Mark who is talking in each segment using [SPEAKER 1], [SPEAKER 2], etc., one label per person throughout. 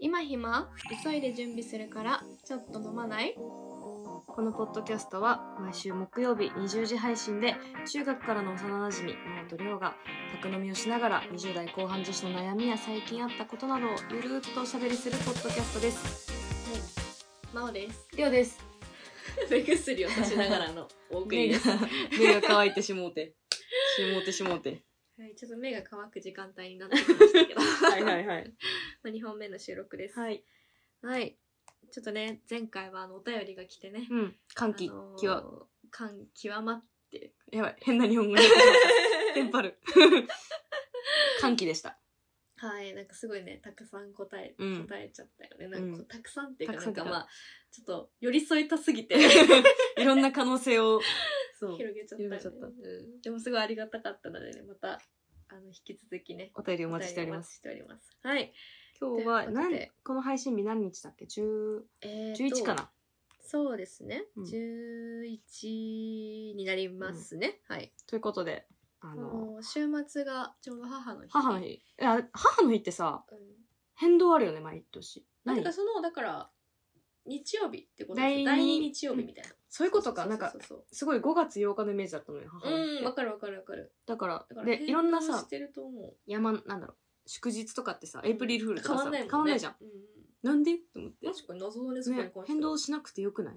[SPEAKER 1] 今暇急いで準備するからちょっと飲まない
[SPEAKER 2] このポッドキャストは毎週木曜日20時配信で中学からの幼なじみ真央と亮が宅飲みをしながら20代後半女子の悩みや最近あったことなどをゆるーっとおしゃべりするポッドキャストです
[SPEAKER 1] まおです
[SPEAKER 2] 亮です
[SPEAKER 1] 目薬をさしながら のお送り
[SPEAKER 2] 目
[SPEAKER 1] で
[SPEAKER 2] が
[SPEAKER 1] すは
[SPEAKER 2] 目が乾いてしもうてしもうてしもうて
[SPEAKER 1] いちょっと目が乾く時間帯になってきましたけど
[SPEAKER 2] はいはいはい
[SPEAKER 1] まあ2本目の収録です
[SPEAKER 2] はい
[SPEAKER 1] はいちょっとね前回はあのお便りが来てね
[SPEAKER 2] うん歓喜
[SPEAKER 1] あのー
[SPEAKER 2] きわ
[SPEAKER 1] 感極ま って
[SPEAKER 2] やばい変な日本語にテンパ る歓喜で した
[SPEAKER 1] はいなんかすごいねたくさん答え、
[SPEAKER 2] うん
[SPEAKER 1] 答えちゃったよねなんかこう
[SPEAKER 2] うん
[SPEAKER 1] たくさんっていうか
[SPEAKER 2] たく
[SPEAKER 1] なん
[SPEAKER 2] さんって
[SPEAKER 1] か
[SPEAKER 2] いうか
[SPEAKER 1] まあちょっと寄り添えたすぎて
[SPEAKER 2] いろんな可能性をそう
[SPEAKER 1] 広げちゃった,、
[SPEAKER 2] 広げちゃった
[SPEAKER 1] うんでもすごいありがたかったのでねまたあの引き続きね
[SPEAKER 2] お便りお待ちしております
[SPEAKER 1] お便りお待ちしておりますはい
[SPEAKER 2] 今日は
[SPEAKER 1] ということで
[SPEAKER 2] 何この配信日何日だっけ10
[SPEAKER 1] えーと
[SPEAKER 2] 11かな
[SPEAKER 1] そうですね、
[SPEAKER 2] うん
[SPEAKER 1] 11になりますね、はい
[SPEAKER 2] ということであ
[SPEAKER 1] あ
[SPEAKER 2] の
[SPEAKER 1] の週末がちょうど母の日
[SPEAKER 2] 母の日いや母の日ってさ
[SPEAKER 1] うん
[SPEAKER 2] 変動あるよね毎年
[SPEAKER 1] なん
[SPEAKER 2] 何
[SPEAKER 1] かそのだから日曜日ってこと
[SPEAKER 2] 第
[SPEAKER 1] です
[SPEAKER 2] 二
[SPEAKER 1] 第二日曜日みたいな、
[SPEAKER 2] そういうことかなんか
[SPEAKER 1] そうそう
[SPEAKER 2] すごい5月8日のイメージだったのよ
[SPEAKER 1] そ
[SPEAKER 2] 母
[SPEAKER 1] う
[SPEAKER 2] の
[SPEAKER 1] うん
[SPEAKER 2] 日っ
[SPEAKER 1] わ
[SPEAKER 2] て
[SPEAKER 1] かるわかるわかる
[SPEAKER 2] だか
[SPEAKER 1] だからら
[SPEAKER 2] でいろんな
[SPEAKER 1] 変動し
[SPEAKER 2] さ
[SPEAKER 1] てると思う
[SPEAKER 2] 山なんだろう祝日とかってさエイプリルフール
[SPEAKER 1] 変
[SPEAKER 2] とか
[SPEAKER 1] わ
[SPEAKER 2] さ
[SPEAKER 1] んないもんね
[SPEAKER 2] 変わんないじゃん
[SPEAKER 1] う
[SPEAKER 2] なんでと思って
[SPEAKER 1] 確かに謎だねそこに関
[SPEAKER 2] ね
[SPEAKER 1] しては
[SPEAKER 2] 変動しなくてよくない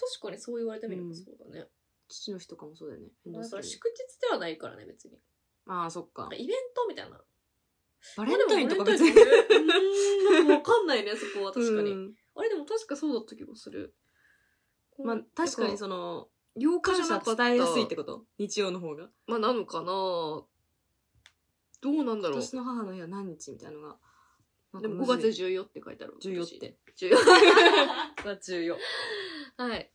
[SPEAKER 1] 確かにそう言われてみれ
[SPEAKER 2] う
[SPEAKER 1] ば
[SPEAKER 2] ん
[SPEAKER 1] そうだね、
[SPEAKER 2] 父の日とかもそうだよね変動
[SPEAKER 1] だ
[SPEAKER 2] す
[SPEAKER 1] か
[SPEAKER 2] る
[SPEAKER 1] ら
[SPEAKER 2] よね
[SPEAKER 1] 祝日ではないからね別に
[SPEAKER 2] ああそっか
[SPEAKER 1] なんかイベントみたいな
[SPEAKER 2] バレンタインとか別
[SPEAKER 1] に
[SPEAKER 2] に
[SPEAKER 1] うんなんかわかんないねそこは確かに、
[SPEAKER 2] うん
[SPEAKER 1] あれでも確かそうだった気がする
[SPEAKER 2] まあ確かに
[SPEAKER 1] そ
[SPEAKER 2] その8日じゃなく伝えやすいってこと日曜の方が
[SPEAKER 1] まあなのかなどうなんだろ
[SPEAKER 2] 今
[SPEAKER 1] う
[SPEAKER 2] 年の母の日は何日みたいなのがなん
[SPEAKER 1] で
[SPEAKER 2] か
[SPEAKER 1] も
[SPEAKER 2] む
[SPEAKER 1] 5月
[SPEAKER 2] ずい
[SPEAKER 1] 14って書いてある。
[SPEAKER 2] 14って
[SPEAKER 1] 私。14。
[SPEAKER 2] が重要
[SPEAKER 1] はい。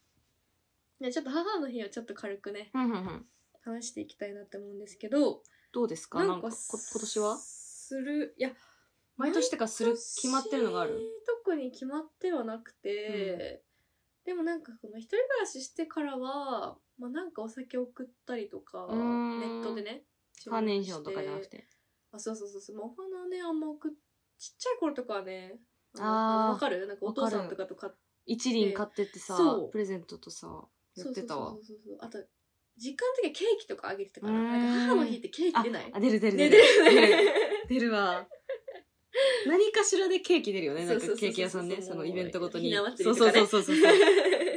[SPEAKER 1] ね、ちょっと母の日をちょっと軽くね、
[SPEAKER 2] うんうんうん
[SPEAKER 1] 話していきたいなって思うんですけど、
[SPEAKER 2] どうですかなんかこ今年は
[SPEAKER 1] する、いや、
[SPEAKER 2] 毎年とかする決まってるのがある
[SPEAKER 1] 毎年特に決まってはなくて、でもなんかこの一人暮らししてからは、まあなんかお酒送ったりとか、
[SPEAKER 2] う
[SPEAKER 1] ネ
[SPEAKER 2] ーん
[SPEAKER 1] ットでね、
[SPEAKER 2] カーネーションとかじゃなく
[SPEAKER 1] て。
[SPEAKER 2] て
[SPEAKER 1] あ、そうそうそうそう、まあお花ね、あんま送っ、ちっちゃい頃とかはね、の
[SPEAKER 2] あー
[SPEAKER 1] わかるなんかお父さんとかと買っ
[SPEAKER 2] 一輪買ってってさ
[SPEAKER 1] そう
[SPEAKER 2] プレゼントとさやってたわ
[SPEAKER 1] そうそうそうそうそうあと実家の時はケーキとかあげてたから
[SPEAKER 2] うーん
[SPEAKER 1] なんか母の日ってケーキ出ない
[SPEAKER 2] あ出る出る
[SPEAKER 1] ね
[SPEAKER 2] 出
[SPEAKER 1] 出
[SPEAKER 2] る
[SPEAKER 1] るよね
[SPEAKER 2] 出る わ何かしらでケーキ出るよねなんか
[SPEAKER 1] そうそうそうそう
[SPEAKER 2] ケーキ屋さんねそのイベントごとに
[SPEAKER 1] ひな祭
[SPEAKER 2] そう
[SPEAKER 1] りと
[SPEAKER 2] そう
[SPEAKER 1] か
[SPEAKER 2] そう
[SPEAKER 1] ね
[SPEAKER 2] そうそう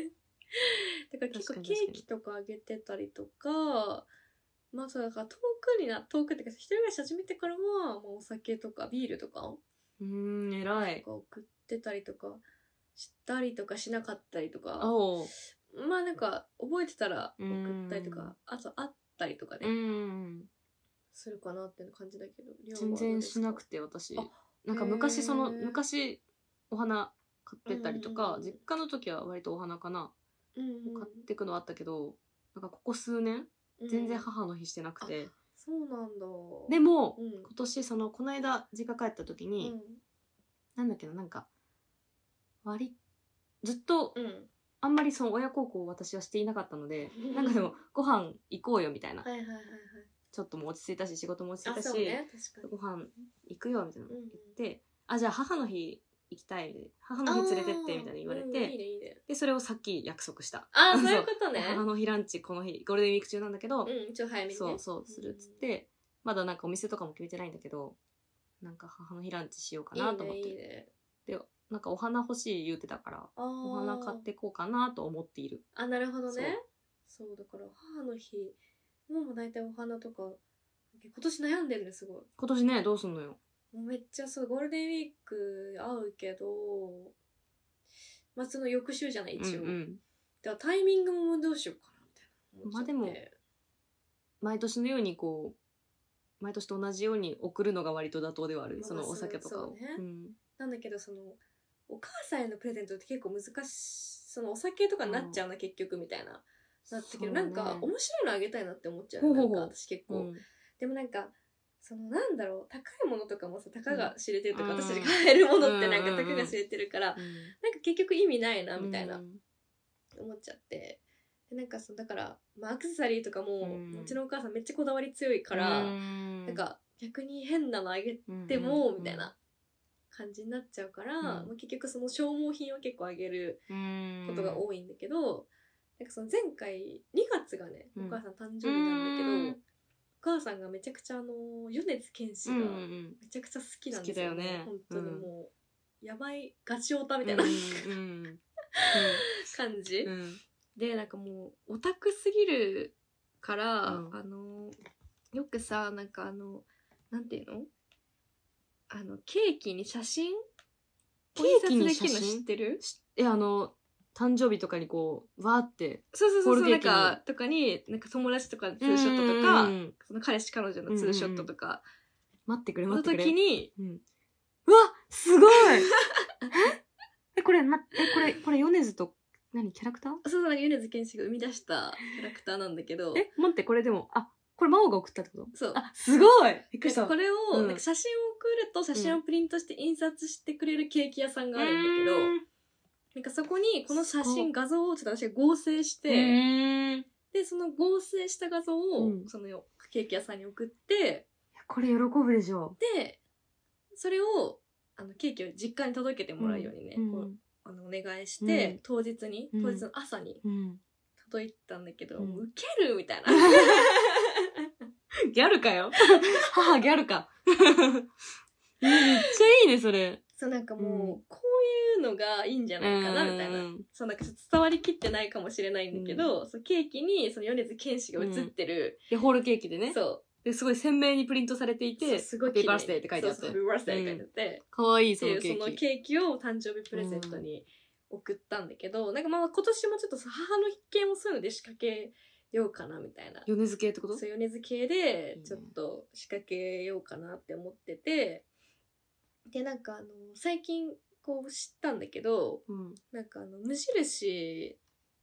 [SPEAKER 1] だから結構
[SPEAKER 2] 確かに確
[SPEAKER 1] ケ
[SPEAKER 2] かに
[SPEAKER 1] ーキとかあげてたりとかまあそうだから遠くにな遠くっていうか一人暮らし始めてからはもうお酒とかビールとかを
[SPEAKER 2] うーん偉い
[SPEAKER 1] 送ってたりとかしたりとかしなかったりとか
[SPEAKER 2] おう
[SPEAKER 1] まあなんか覚えてたら送ったりと
[SPEAKER 2] うーん
[SPEAKER 1] かあと会ったりとかね、
[SPEAKER 2] うん
[SPEAKER 1] するかなっていう感じだけどりょうはど
[SPEAKER 2] 全
[SPEAKER 1] う
[SPEAKER 2] 然
[SPEAKER 1] です
[SPEAKER 2] し
[SPEAKER 1] か
[SPEAKER 2] なくて私
[SPEAKER 1] あ
[SPEAKER 2] なんか昔その
[SPEAKER 1] へー
[SPEAKER 2] 昔お花買ってたりと
[SPEAKER 1] うんうん
[SPEAKER 2] か
[SPEAKER 1] うん
[SPEAKER 2] 実家の時は割とお花かな
[SPEAKER 1] うん
[SPEAKER 2] 買ってくのあったけどなんかここ数年
[SPEAKER 1] うん
[SPEAKER 2] 全然
[SPEAKER 1] うん
[SPEAKER 2] 母の日してなくて
[SPEAKER 1] そうなんだ
[SPEAKER 2] でも
[SPEAKER 1] うん
[SPEAKER 2] 今年そのこの間実家帰った時になんだっけななんか割ずっと
[SPEAKER 1] うんうん
[SPEAKER 2] あんまりその親孝行を私はしていなかった ので
[SPEAKER 1] うん
[SPEAKER 2] なんかでもご飯行こうよみたいな
[SPEAKER 1] はいはいはいはい
[SPEAKER 2] ちょっともう落ち着いたし仕事も落ち着い
[SPEAKER 1] あ
[SPEAKER 2] た
[SPEAKER 1] そう
[SPEAKER 2] し
[SPEAKER 1] ね確か
[SPEAKER 2] ご飯行くよみたいな
[SPEAKER 1] にうん
[SPEAKER 2] 言ってあじゃあ母の日行きたいみたいな母の日連れてってみたいな言われ
[SPEAKER 1] あーうんい
[SPEAKER 2] て
[SPEAKER 1] いねいいね
[SPEAKER 2] でそれをさっき約束した
[SPEAKER 1] あー
[SPEAKER 2] そう
[SPEAKER 1] そういうことね
[SPEAKER 2] 母の日ランチこの日ゴールデンウィーク中なんだけ
[SPEAKER 1] う
[SPEAKER 2] ど
[SPEAKER 1] んちょっと早めにね
[SPEAKER 2] そうそうするっつってまだなんかお店とかも決めてないんだけどなんか母の日ランチしようかなと思っ
[SPEAKER 1] いいねいい
[SPEAKER 2] て
[SPEAKER 1] ね
[SPEAKER 2] なんかお花欲しい言うてたから
[SPEAKER 1] あー
[SPEAKER 2] お花買ってこうかなと思っている
[SPEAKER 1] あなるほどねそうだから母の日もう大体お花とか今年悩んでるねすごい
[SPEAKER 2] 今年ねどうすんのよ
[SPEAKER 1] もうめっちゃそうゴールデンウィーク会うけどまあその翌週じゃない一応、
[SPEAKER 2] うんうん
[SPEAKER 1] だからタイミングもどうしようかなみたいな思っちゃって
[SPEAKER 2] まあ毎年のようにこう毎年と同じように送るのが割と妥当ではある
[SPEAKER 1] まあ
[SPEAKER 2] そのお酒とか
[SPEAKER 1] そ
[SPEAKER 2] を
[SPEAKER 1] うね
[SPEAKER 2] うん
[SPEAKER 1] なんだけどそのお母さんへのプレゼントって結構難しいそのお酒とかになっちゃうな、結局みたいななってけど、なんか面白いのあげたいなって思っちゃう
[SPEAKER 2] ほ
[SPEAKER 1] ね
[SPEAKER 2] うほ
[SPEAKER 1] な
[SPEAKER 2] うんほう
[SPEAKER 1] か私結構、
[SPEAKER 2] うん
[SPEAKER 1] でもなんかそのなんだろう高いものとかもさたかが知れてるとか、
[SPEAKER 2] うん
[SPEAKER 1] 私たちが買えるものってなん
[SPEAKER 2] う
[SPEAKER 1] か
[SPEAKER 2] んうん
[SPEAKER 1] た
[SPEAKER 2] うん
[SPEAKER 1] かが知れてるから、
[SPEAKER 2] うん
[SPEAKER 1] なんか結局意味ないなみたいな、
[SPEAKER 2] うん
[SPEAKER 1] 思っちゃってでなんかそのだから、まあ、アクセサリーとかも、
[SPEAKER 2] う
[SPEAKER 1] うんちのお母さんめっちゃこだわり強いから、
[SPEAKER 2] うん
[SPEAKER 1] なんか逆に変なのあげ
[SPEAKER 2] うん
[SPEAKER 1] ても、
[SPEAKER 2] うん
[SPEAKER 1] みたいな感じになっちゃうから、
[SPEAKER 2] ん
[SPEAKER 1] まあ、結局その消耗品を結構あげる
[SPEAKER 2] うん
[SPEAKER 1] ことが多いんだけど、なんかその前回2月がねお
[SPEAKER 2] うん
[SPEAKER 1] 母さん誕生日なんだけど、
[SPEAKER 2] うん
[SPEAKER 1] お母さんがめちゃくちゃあの米津玄師
[SPEAKER 2] う
[SPEAKER 1] が
[SPEAKER 2] んうん
[SPEAKER 1] めちゃくちゃ好きなんですよね,、
[SPEAKER 2] 好きだ
[SPEAKER 1] 本
[SPEAKER 2] よね
[SPEAKER 1] 当
[SPEAKER 2] う
[SPEAKER 1] に
[SPEAKER 2] ん
[SPEAKER 1] もう、やばいガチオタみ
[SPEAKER 2] うん
[SPEAKER 1] たいな
[SPEAKER 2] うんうん
[SPEAKER 1] 感じ、
[SPEAKER 2] うん うん
[SPEAKER 1] でなんかもうオタクすぎるから、
[SPEAKER 2] うん
[SPEAKER 1] あのよくさなんかあのなんていうのあのケーキに写真
[SPEAKER 2] ケーキに
[SPEAKER 1] 印刷できるの
[SPEAKER 2] 写真
[SPEAKER 1] 知ってる
[SPEAKER 2] しえあの誕生日とかにこうわーって
[SPEAKER 1] そうそうそう
[SPEAKER 2] ホー
[SPEAKER 1] そう
[SPEAKER 2] ルケ
[SPEAKER 1] なん
[SPEAKER 2] ーキに
[SPEAKER 1] かとかになんか友達とかのツ
[SPEAKER 2] ツ
[SPEAKER 1] ー
[SPEAKER 2] ー
[SPEAKER 1] シ
[SPEAKER 2] シ
[SPEAKER 1] ョ
[SPEAKER 2] ョ
[SPEAKER 1] ッ
[SPEAKER 2] ッ
[SPEAKER 1] ト
[SPEAKER 2] ト
[SPEAKER 1] と
[SPEAKER 2] と
[SPEAKER 1] か、
[SPEAKER 2] か
[SPEAKER 1] その彼氏彼女のツーショットとか、
[SPEAKER 2] 待ってくれ
[SPEAKER 1] そ
[SPEAKER 2] 待
[SPEAKER 1] の
[SPEAKER 2] ってくれ
[SPEAKER 1] 時に
[SPEAKER 2] うん、うわすごい えこれ、ま、えこれこれ米津と何キャラクター
[SPEAKER 1] そうそうなんか米津玄師が生み出したキャラクターなんだけど
[SPEAKER 2] え待ってこれでもあこれ真央が送ったってこと
[SPEAKER 1] そう
[SPEAKER 2] あすごいびっくりした
[SPEAKER 1] でこれを、
[SPEAKER 2] うん
[SPEAKER 1] なんか写真を送ると写真をプリントして印刷してくれるケーキ屋さんがあるんだけど、なんかそこにこの写
[SPEAKER 2] すご
[SPEAKER 1] 真画像をちょっと私が合成し
[SPEAKER 2] う
[SPEAKER 1] て、
[SPEAKER 2] ーんい
[SPEAKER 1] でその合成した画像を、
[SPEAKER 2] うん
[SPEAKER 1] そのケーキ屋さんに送って
[SPEAKER 2] やこれ喜ぶでしょ
[SPEAKER 1] でそれをあのケーキを実家に届けてもらうようにね、こうあのお願いして、
[SPEAKER 2] うん
[SPEAKER 1] 当日に
[SPEAKER 2] うん
[SPEAKER 1] 当日の朝に
[SPEAKER 2] うん
[SPEAKER 1] 届いたんだけど、
[SPEAKER 2] うん
[SPEAKER 1] もうウケるみ たいな
[SPEAKER 2] ギャルかよ 母ギャ ルかえめっちゃいいねそれ
[SPEAKER 1] そうなんかもう、
[SPEAKER 2] う
[SPEAKER 1] こういうのがいいんじゃないかなみたいな
[SPEAKER 2] うん
[SPEAKER 1] そうなんかちょっと伝わりきってないかもしれないんだけど、そのケーキにその米津玄師が写ってる、
[SPEAKER 2] でホールケーキでね
[SPEAKER 1] そう
[SPEAKER 2] ですごい鮮明にプリントされてい
[SPEAKER 1] そ
[SPEAKER 2] て
[SPEAKER 1] うすごい
[SPEAKER 2] ハッ
[SPEAKER 1] 綺
[SPEAKER 2] ピー
[SPEAKER 1] 麗
[SPEAKER 2] バースデーって書いてあっ
[SPEAKER 1] そうそうハ
[SPEAKER 2] て
[SPEAKER 1] ッピーバースデーって書いてあって、
[SPEAKER 2] かわいい
[SPEAKER 1] って
[SPEAKER 2] そのケ
[SPEAKER 1] いう
[SPEAKER 2] ー
[SPEAKER 1] その
[SPEAKER 2] キ
[SPEAKER 1] ケーキを誕生日プレゼントに送ったんだけど、なんかまあ今年もちょっとさ母の日系もそういうので仕掛けようかなみたいな
[SPEAKER 2] 米津系ってこと
[SPEAKER 1] そう米津系でちょっと仕掛けようかなって思ってて、でなんかあの最近こう知ったんだけど
[SPEAKER 2] うん
[SPEAKER 1] なんかあの無印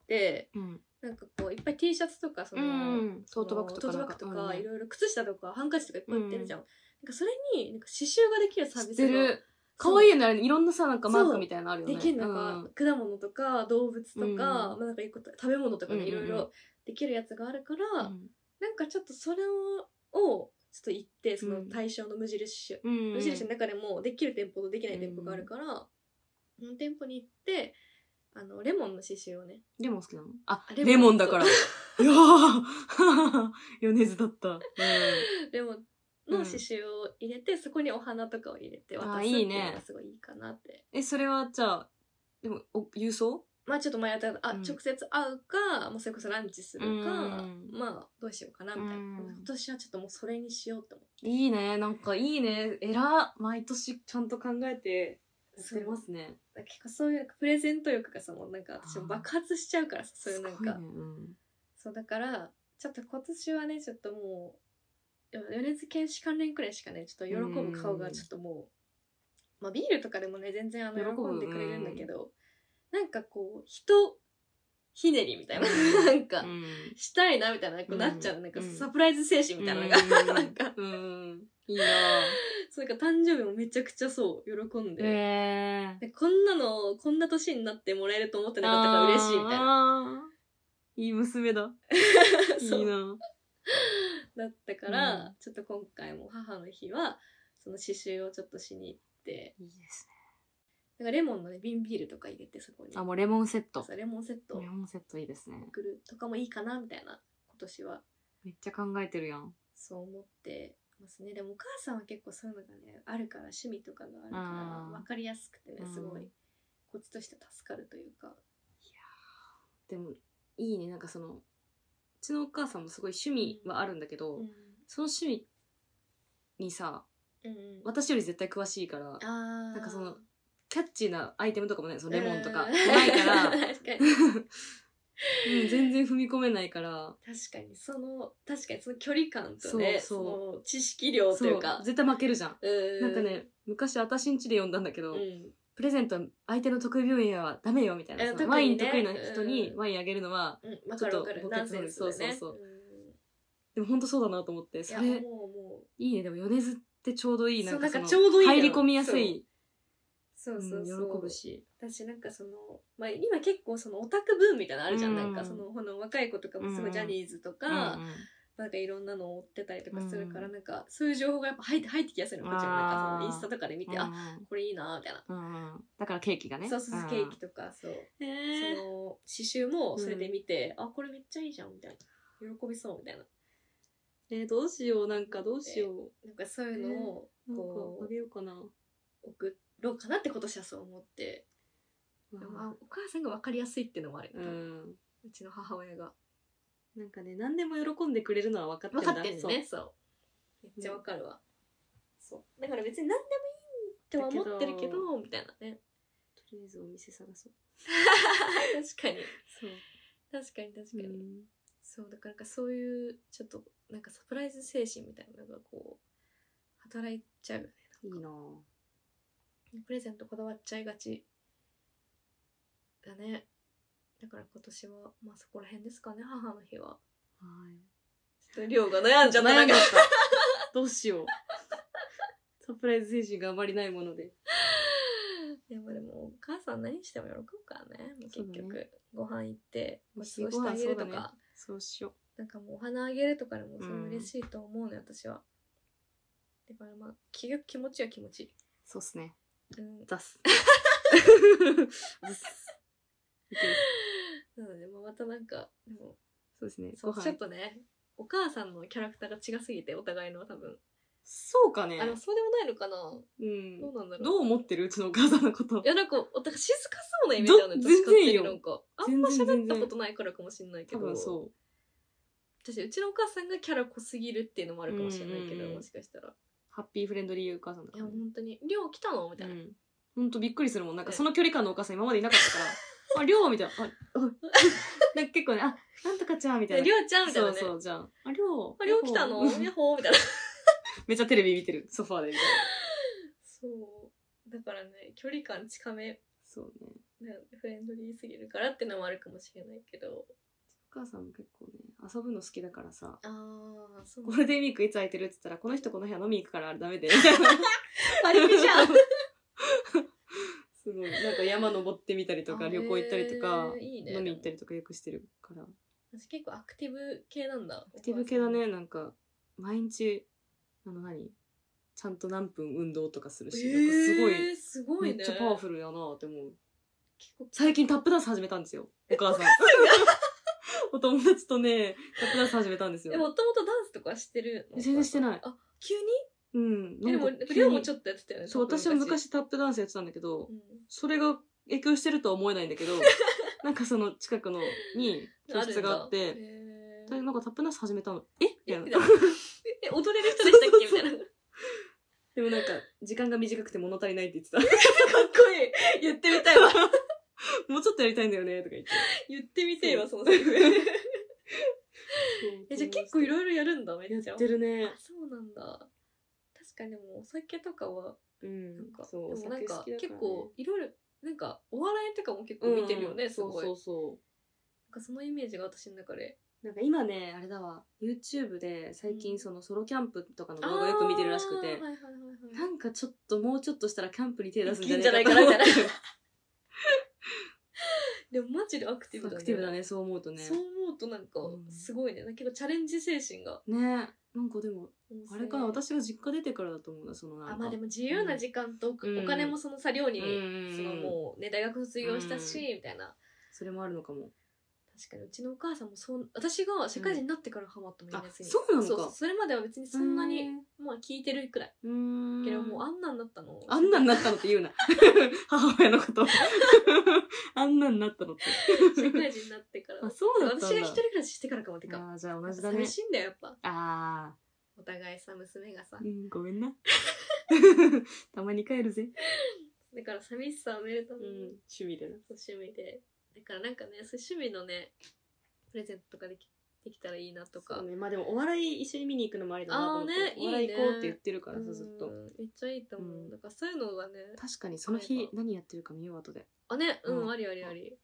[SPEAKER 1] で
[SPEAKER 2] うん
[SPEAKER 1] なんかこういっぱい T シャツとかその、
[SPEAKER 2] うんトートバッグとか
[SPEAKER 1] トートバッグとかいろいろ靴下とかハンカチとかいっぱい売ってるじゃん、なんかそれになんか刺繍ができるサー
[SPEAKER 2] 知
[SPEAKER 1] ビ
[SPEAKER 2] っ
[SPEAKER 1] ス
[SPEAKER 2] て
[SPEAKER 1] が
[SPEAKER 2] るかわいいよねあれいろんなさなんかマークみたいなのあるよね
[SPEAKER 1] できるなん
[SPEAKER 2] う
[SPEAKER 1] か
[SPEAKER 2] ん、
[SPEAKER 1] 果物とか動物とか、
[SPEAKER 2] うん
[SPEAKER 1] まあ、なんかいいこと食べ物とか
[SPEAKER 2] うん
[SPEAKER 1] ね
[SPEAKER 2] うん
[SPEAKER 1] い
[SPEAKER 2] う
[SPEAKER 1] ろ
[SPEAKER 2] ん
[SPEAKER 1] いろできるやつがあるから、
[SPEAKER 2] うん
[SPEAKER 1] なんかちょっとそれををちょっと行ってその
[SPEAKER 2] うん
[SPEAKER 1] 対象の無印、
[SPEAKER 2] うん
[SPEAKER 1] 無印の中でもできる店舗とできない店舗があるから、その店舗に行ってあのレモンの刺繍をね
[SPEAKER 2] レモン好きなのあ
[SPEAKER 1] あレモン
[SPEAKER 2] レモンだ から。いやー 米津だった。うん
[SPEAKER 1] レモンの刺繍を入れて、そこにお花とかを入れて
[SPEAKER 2] あー
[SPEAKER 1] 渡すっていう
[SPEAKER 2] いい
[SPEAKER 1] の
[SPEAKER 2] ね
[SPEAKER 1] がすごいいいかなって。
[SPEAKER 2] え、それはじゃあ、でも、お郵送
[SPEAKER 1] まあちょっと迷ったあ、
[SPEAKER 2] うん
[SPEAKER 1] 直接会うかもうそれこそランチするか、
[SPEAKER 2] うん
[SPEAKER 1] まあどうしようかなみたいな、
[SPEAKER 2] うん
[SPEAKER 1] 今年はちょっともうそれにしようと思って
[SPEAKER 2] いいね。なんかいいね。えら、毎年ちゃんと考えて、やって
[SPEAKER 1] そう
[SPEAKER 2] ますね。
[SPEAKER 1] だから結構そういうプレゼント欲がさもうなんか私も爆発しちゃうからさそういう
[SPEAKER 2] すご
[SPEAKER 1] ないん
[SPEAKER 2] ね
[SPEAKER 1] か、そうだからちょっと今年はねちょっともうよ米津玄師関連くらいしかねちょっと喜ぶ顔がちょっともう、まあビールとかでもね全然あの
[SPEAKER 2] 喜ぶ
[SPEAKER 1] 喜んでくれるんだけど、なんかこう人ひねりみたいななんか、
[SPEAKER 2] うん。
[SPEAKER 1] したいなみたいな、こう
[SPEAKER 2] うん
[SPEAKER 1] なっちゃう、なんか
[SPEAKER 2] うん
[SPEAKER 1] サプライズ精神みたいなのが、
[SPEAKER 2] うん
[SPEAKER 1] なんか、
[SPEAKER 2] うん。いいな
[SPEAKER 1] そうなんか誕生日もめちゃくちゃそう、喜んで、
[SPEAKER 2] えー。
[SPEAKER 1] でこんなの、こんな年になってもらえると思ってなかったから嬉しいみたいな。
[SPEAKER 2] な。いい娘だ。い
[SPEAKER 1] そ
[SPEAKER 2] いうな
[SPEAKER 1] だったから、
[SPEAKER 2] うん
[SPEAKER 1] ちょっと今回も母の日は、その刺繍をちょっとしに行って、
[SPEAKER 2] いいですね。
[SPEAKER 1] なんかレモンのね、瓶ビールとか入れてそこに。
[SPEAKER 2] あ、もうレモンセット。
[SPEAKER 1] そうレモンセットを
[SPEAKER 2] レモンセットいいですね。
[SPEAKER 1] 送るとかもいいかなみたいな、今年は。
[SPEAKER 2] めっちゃ考えてるやん。
[SPEAKER 1] そう思ってますね。でもお母さんは結構そういうのがね、あるから、趣味とかがある
[SPEAKER 2] あー
[SPEAKER 1] から、わかりやすくてね、すご
[SPEAKER 2] う
[SPEAKER 1] い
[SPEAKER 2] ん、
[SPEAKER 1] こっちとして助かるというか。
[SPEAKER 2] でもいいねなんかそのうちのお母さんもすごい趣味はあるんだけど、
[SPEAKER 1] うん。
[SPEAKER 2] その趣味にさ
[SPEAKER 1] うん、
[SPEAKER 2] 私より絶対詳しいから
[SPEAKER 1] あな
[SPEAKER 2] なんかそのキャッチーなアイテムとかもねそのレモンとか
[SPEAKER 1] うん
[SPEAKER 2] ないから、
[SPEAKER 1] 確かに。
[SPEAKER 2] うん、全然踏み込めないから
[SPEAKER 1] 確かに、その、確かにその距離感とね、
[SPEAKER 2] そうそ
[SPEAKER 1] その知識量という
[SPEAKER 2] そ
[SPEAKER 1] か。
[SPEAKER 2] 絶対負けるじゃん。
[SPEAKER 1] う
[SPEAKER 2] なんか、ね昔私ん家で読んだんだけど、
[SPEAKER 1] うん。
[SPEAKER 2] プレゼントは相手の得意分野はダメよみたいな
[SPEAKER 1] うん
[SPEAKER 2] その
[SPEAKER 1] 特にね
[SPEAKER 2] ワイン得意な人に
[SPEAKER 1] うん
[SPEAKER 2] ワインあげるのは、
[SPEAKER 1] うん、わかるわか
[SPEAKER 2] ちょ
[SPEAKER 1] る。
[SPEAKER 2] っとボ
[SPEAKER 1] ナ
[SPEAKER 2] ケ
[SPEAKER 1] ン
[SPEAKER 2] ツな
[SPEAKER 1] セ
[SPEAKER 2] の
[SPEAKER 1] ンスだよね。
[SPEAKER 2] そうそう
[SPEAKER 1] うん
[SPEAKER 2] でも本当そうだなと思って
[SPEAKER 1] い
[SPEAKER 2] そ
[SPEAKER 1] や、
[SPEAKER 2] れ
[SPEAKER 1] もう、もう、
[SPEAKER 2] いいねでも米津ってちょうどいい
[SPEAKER 1] そう
[SPEAKER 2] なんか
[SPEAKER 1] なん
[SPEAKER 2] そ
[SPEAKER 1] か
[SPEAKER 2] の
[SPEAKER 1] ちょうどいいの
[SPEAKER 2] 入り込みやすい
[SPEAKER 1] そうそうそう。
[SPEAKER 2] ん、喜ぶし
[SPEAKER 1] 私なんかその、まあ、今結構そのオタクブームみたいなのあるじゃん、
[SPEAKER 2] うん
[SPEAKER 1] なんかそのこの若い子とかもすご
[SPEAKER 2] う
[SPEAKER 1] い
[SPEAKER 2] ん
[SPEAKER 1] ジャニーズとか、
[SPEAKER 2] うん
[SPEAKER 1] なんかいろんなのを追ってたりとかするから、
[SPEAKER 2] うん
[SPEAKER 1] なんかそういう情報がやっぱ入って入ってきやすいのこっちもなんかそのインスタとかで見て、あ
[SPEAKER 2] うん
[SPEAKER 1] これいいなみたいな、
[SPEAKER 2] うん、だからケーキがね
[SPEAKER 1] そうそうそ
[SPEAKER 2] ん
[SPEAKER 1] うケーキとかそう、
[SPEAKER 2] へー
[SPEAKER 1] その刺繍もそれで見て、あこれめっちゃいいじゃんみたいな喜びそうみたいな
[SPEAKER 2] えーどうしようなんかどうしよう
[SPEAKER 1] なんかそういうのを
[SPEAKER 2] なんか
[SPEAKER 1] こ
[SPEAKER 2] あげようかな、
[SPEAKER 1] う送ろうかなって今年はそう思って、まあ、お母さんが分かりやすいっていうのもあるよ
[SPEAKER 2] う
[SPEAKER 1] ね、うんちの母親が
[SPEAKER 2] なんかね何でも喜んでくれるのは分かって
[SPEAKER 1] 分
[SPEAKER 2] んだ
[SPEAKER 1] かってんのねそうめっちゃ分かるわ、そうだから別に何でもいいっては思ってるけど
[SPEAKER 2] だけど
[SPEAKER 1] みたいなね
[SPEAKER 2] そうとりあえずお店探そう
[SPEAKER 1] 確かに
[SPEAKER 2] そう、
[SPEAKER 1] 確かに確かに、
[SPEAKER 2] うん
[SPEAKER 1] そうだからなんかそういうちょっとなんかサプライズ精神みたいなのがこう働いちゃうよね
[SPEAKER 2] いいなぁ
[SPEAKER 1] プレゼントこだわっちゃいがちだねだから今年はまあそこら辺ですかね母の日は
[SPEAKER 2] はい
[SPEAKER 1] ちょっと量が悩んじゃったな
[SPEAKER 2] 悩
[SPEAKER 1] ん
[SPEAKER 2] ん
[SPEAKER 1] か
[SPEAKER 2] だった どうしようサプライズ精神があまりないもので
[SPEAKER 1] いやまあでもお母さん何しても喜ぶからねもう
[SPEAKER 2] そう
[SPEAKER 1] 結
[SPEAKER 2] だね
[SPEAKER 1] 局、ご飯行って
[SPEAKER 2] 美
[SPEAKER 1] ご
[SPEAKER 2] 味
[SPEAKER 1] ち
[SPEAKER 2] し
[SPEAKER 1] そう
[SPEAKER 2] い
[SPEAKER 1] してあげると
[SPEAKER 2] ご飯そうだね
[SPEAKER 1] か、
[SPEAKER 2] そうしよ
[SPEAKER 1] なんかもうお花あげるとかでもそれ
[SPEAKER 2] うん
[SPEAKER 1] 嬉しいと思うのよ、私はだからまあ結局気持ちは気持ち
[SPEAKER 2] うそうっすね
[SPEAKER 1] うん
[SPEAKER 2] 出す出 す
[SPEAKER 1] なので、まあ、またなんかでも
[SPEAKER 2] そうですね
[SPEAKER 1] そ
[SPEAKER 2] ご
[SPEAKER 1] うちょ
[SPEAKER 2] 飯
[SPEAKER 1] っとねお母さんのキャラクターが違すぎてお互いの多分、
[SPEAKER 2] そうかね
[SPEAKER 1] あのそうでもないのかな、
[SPEAKER 2] うん
[SPEAKER 1] どうなんだろう
[SPEAKER 2] どう思ってるうちのお母さんのこと
[SPEAKER 1] いやなんかお互い静かそうなイメージあるね
[SPEAKER 2] ど
[SPEAKER 1] 私勝手
[SPEAKER 2] 全然いい
[SPEAKER 1] に
[SPEAKER 2] よ
[SPEAKER 1] なんかあん
[SPEAKER 2] 全
[SPEAKER 1] ま
[SPEAKER 2] 然
[SPEAKER 1] 喋
[SPEAKER 2] 全
[SPEAKER 1] った
[SPEAKER 2] 然
[SPEAKER 1] ことないからかもしれないけ
[SPEAKER 2] 多
[SPEAKER 1] ど
[SPEAKER 2] 分そ
[SPEAKER 1] 私うちのお母さんがキャラ濃すぎるっていうのもあるかもしれないけど、
[SPEAKER 2] うんうんうん
[SPEAKER 1] もしかしたらいう
[SPEAKER 2] ハッピーフレンドリーお母さんだか
[SPEAKER 1] や
[SPEAKER 2] らね
[SPEAKER 1] 本当に「寮来たの?」みたい
[SPEAKER 2] う
[SPEAKER 1] な、
[SPEAKER 2] んほんとびっくりするもんなんかその距離感のお母さん今までいなかっ たから「ありょう」みたいな「ああ なんか結構ね「あなんとかちゃん」みたい
[SPEAKER 1] で
[SPEAKER 2] な
[SPEAKER 1] 寮ちゃんみたいなね
[SPEAKER 2] そうそうじゃんありょう
[SPEAKER 1] あ寮来たの
[SPEAKER 2] うん
[SPEAKER 1] ヤッホーみたいな
[SPEAKER 2] めっちゃテレビ見てるソファーでみたいな
[SPEAKER 1] そうだからね距離感近め
[SPEAKER 2] そうね
[SPEAKER 1] ねフレンドリーすぎるからっていうのもあるかもしれないけど
[SPEAKER 2] お母さんも結構ね遊ぶの好きだからさ
[SPEAKER 1] ああそう
[SPEAKER 2] ゴールデンウィークいつ空いてるって言ったらこの人この部屋飲み行くからダメで
[SPEAKER 1] パリピじゃん
[SPEAKER 2] すごいなんか山登ってみた りとか
[SPEAKER 1] あ
[SPEAKER 2] 旅行行ったりとか
[SPEAKER 1] へーいいね
[SPEAKER 2] 飲み行ったりとかよくしてるから
[SPEAKER 1] 私結構アクティブ系なんだア
[SPEAKER 2] アクティブ系だねなんか毎日あの何ちゃんと何分運動とかするし、なんかすごい
[SPEAKER 1] えーすごいね
[SPEAKER 2] めっちゃパワフルやなって思う
[SPEAKER 1] 結構
[SPEAKER 2] 最近タップダンス始めたんですよ お母さん お友達とねタップダンス始めたんです
[SPEAKER 1] えも
[SPEAKER 2] よ
[SPEAKER 1] ともとダンスとかしてるの
[SPEAKER 2] 全然してない
[SPEAKER 1] あ急に
[SPEAKER 2] うん
[SPEAKER 1] えでも
[SPEAKER 2] なんか
[SPEAKER 1] りょうもちょっとやってたよね
[SPEAKER 2] そう
[SPEAKER 1] 多分
[SPEAKER 2] 私は昔タップダンスやってたんだけど、
[SPEAKER 1] うん
[SPEAKER 2] それが影響してるとは思えないんだけ どなんかその近くのに教室があっ
[SPEAKER 1] るんだ
[SPEAKER 2] て
[SPEAKER 1] へー
[SPEAKER 2] でなんかタップダンス始めたのえみ
[SPEAKER 1] え
[SPEAKER 2] たい
[SPEAKER 1] みた
[SPEAKER 2] な
[SPEAKER 1] いな え踊れる人でしたっけみたいなか
[SPEAKER 2] でもなんか時間が短くて物足りないって言 ってた
[SPEAKER 1] っこいい言ってみたいわ
[SPEAKER 2] もうちょっとやりたいんだよねとか言って。
[SPEAKER 1] 言ってみてえわその
[SPEAKER 2] そう
[SPEAKER 1] セリ フえじゃあ結構いろいろやるんだめっちゃ
[SPEAKER 2] やってるね
[SPEAKER 1] あ。そうなんだ確かにでもお酒とかは
[SPEAKER 2] うん
[SPEAKER 1] なんか、
[SPEAKER 2] そう、
[SPEAKER 1] でもなんか
[SPEAKER 2] お酒好きだらね
[SPEAKER 1] 結構いろいろなんかお笑いとかも結構見てるよね、
[SPEAKER 2] うん
[SPEAKER 1] すごい
[SPEAKER 2] そうそうそ
[SPEAKER 1] なんかそのイメージが私の中で
[SPEAKER 2] う。なんか今ね、あれだわ、YouTube で最
[SPEAKER 1] う
[SPEAKER 2] 近
[SPEAKER 1] ん
[SPEAKER 2] そのソロキャンプとかの動画よく見てるらしく
[SPEAKER 1] あーはい
[SPEAKER 2] て、
[SPEAKER 1] はいはい
[SPEAKER 2] な
[SPEAKER 1] はい
[SPEAKER 2] んかちょっともうちょっとしたらキャンプに手出すんじゃ
[SPEAKER 1] い
[SPEAKER 2] ない
[SPEAKER 1] けん
[SPEAKER 2] か
[SPEAKER 1] じ
[SPEAKER 2] な
[SPEAKER 1] ゃ
[SPEAKER 2] み
[SPEAKER 1] ない
[SPEAKER 2] た
[SPEAKER 1] かな
[SPEAKER 2] いな。
[SPEAKER 1] でもマジでアクティブだね
[SPEAKER 2] アクティブだね、そう思うとね。
[SPEAKER 1] そう思うとなんか
[SPEAKER 2] うん
[SPEAKER 1] すごいね、なんか結構チャレンジ精神が
[SPEAKER 2] ね。なんかでも、あれかな、私が実家出てからだと思うな、そのなんか。
[SPEAKER 1] あまあでも自由な時間とお
[SPEAKER 2] うん
[SPEAKER 1] 金もそのさ量に、
[SPEAKER 2] うん
[SPEAKER 1] そのもうね大学卒業したし、みたいな
[SPEAKER 2] それもあるのかも。
[SPEAKER 1] 確かにうちのお母さんもそう私が社会人になってからハマったもん
[SPEAKER 2] あ
[SPEAKER 1] ね、に
[SPEAKER 2] そうなのか
[SPEAKER 1] そうそれまでは別にそんな
[SPEAKER 2] へ
[SPEAKER 1] に
[SPEAKER 2] ー、
[SPEAKER 1] まあ聞いてるくらい
[SPEAKER 2] うん。
[SPEAKER 1] けどもうあんなんだったの
[SPEAKER 2] あんなんなったのって言う な。母親のこと。 あんなんなったのって。
[SPEAKER 1] 社会人になってから
[SPEAKER 2] あ、そうだったんだ。
[SPEAKER 1] 私が一人暮らししてからかもってか
[SPEAKER 2] あーじゃあ同じだね
[SPEAKER 1] 寂。しいんだよやっぱ
[SPEAKER 2] あ
[SPEAKER 1] お互いさ娘がさ
[SPEAKER 2] あ、うん、ごめんな。 たまに帰るぜ。
[SPEAKER 1] だから寂しさを埋めるために、
[SPEAKER 2] 趣味でな。
[SPEAKER 1] そう趣味でだからなんかねそういう趣味のねプレゼントとかできできたらいいなとか
[SPEAKER 2] そうね、まあでもお笑い一緒に見に行くのもありだなと思って
[SPEAKER 1] あーね。
[SPEAKER 2] お笑い行こ
[SPEAKER 1] いいうね
[SPEAKER 2] って言ってるから
[SPEAKER 1] う
[SPEAKER 2] さ、
[SPEAKER 1] ん
[SPEAKER 2] ずっと。
[SPEAKER 1] めっちゃいいと思う、
[SPEAKER 2] うん
[SPEAKER 1] だからそういうのがね
[SPEAKER 2] 確かにその
[SPEAKER 1] そういえ
[SPEAKER 2] 日
[SPEAKER 1] ば
[SPEAKER 2] 何やってるか見よう後で。
[SPEAKER 1] あねうん、
[SPEAKER 2] うん
[SPEAKER 1] ありありあり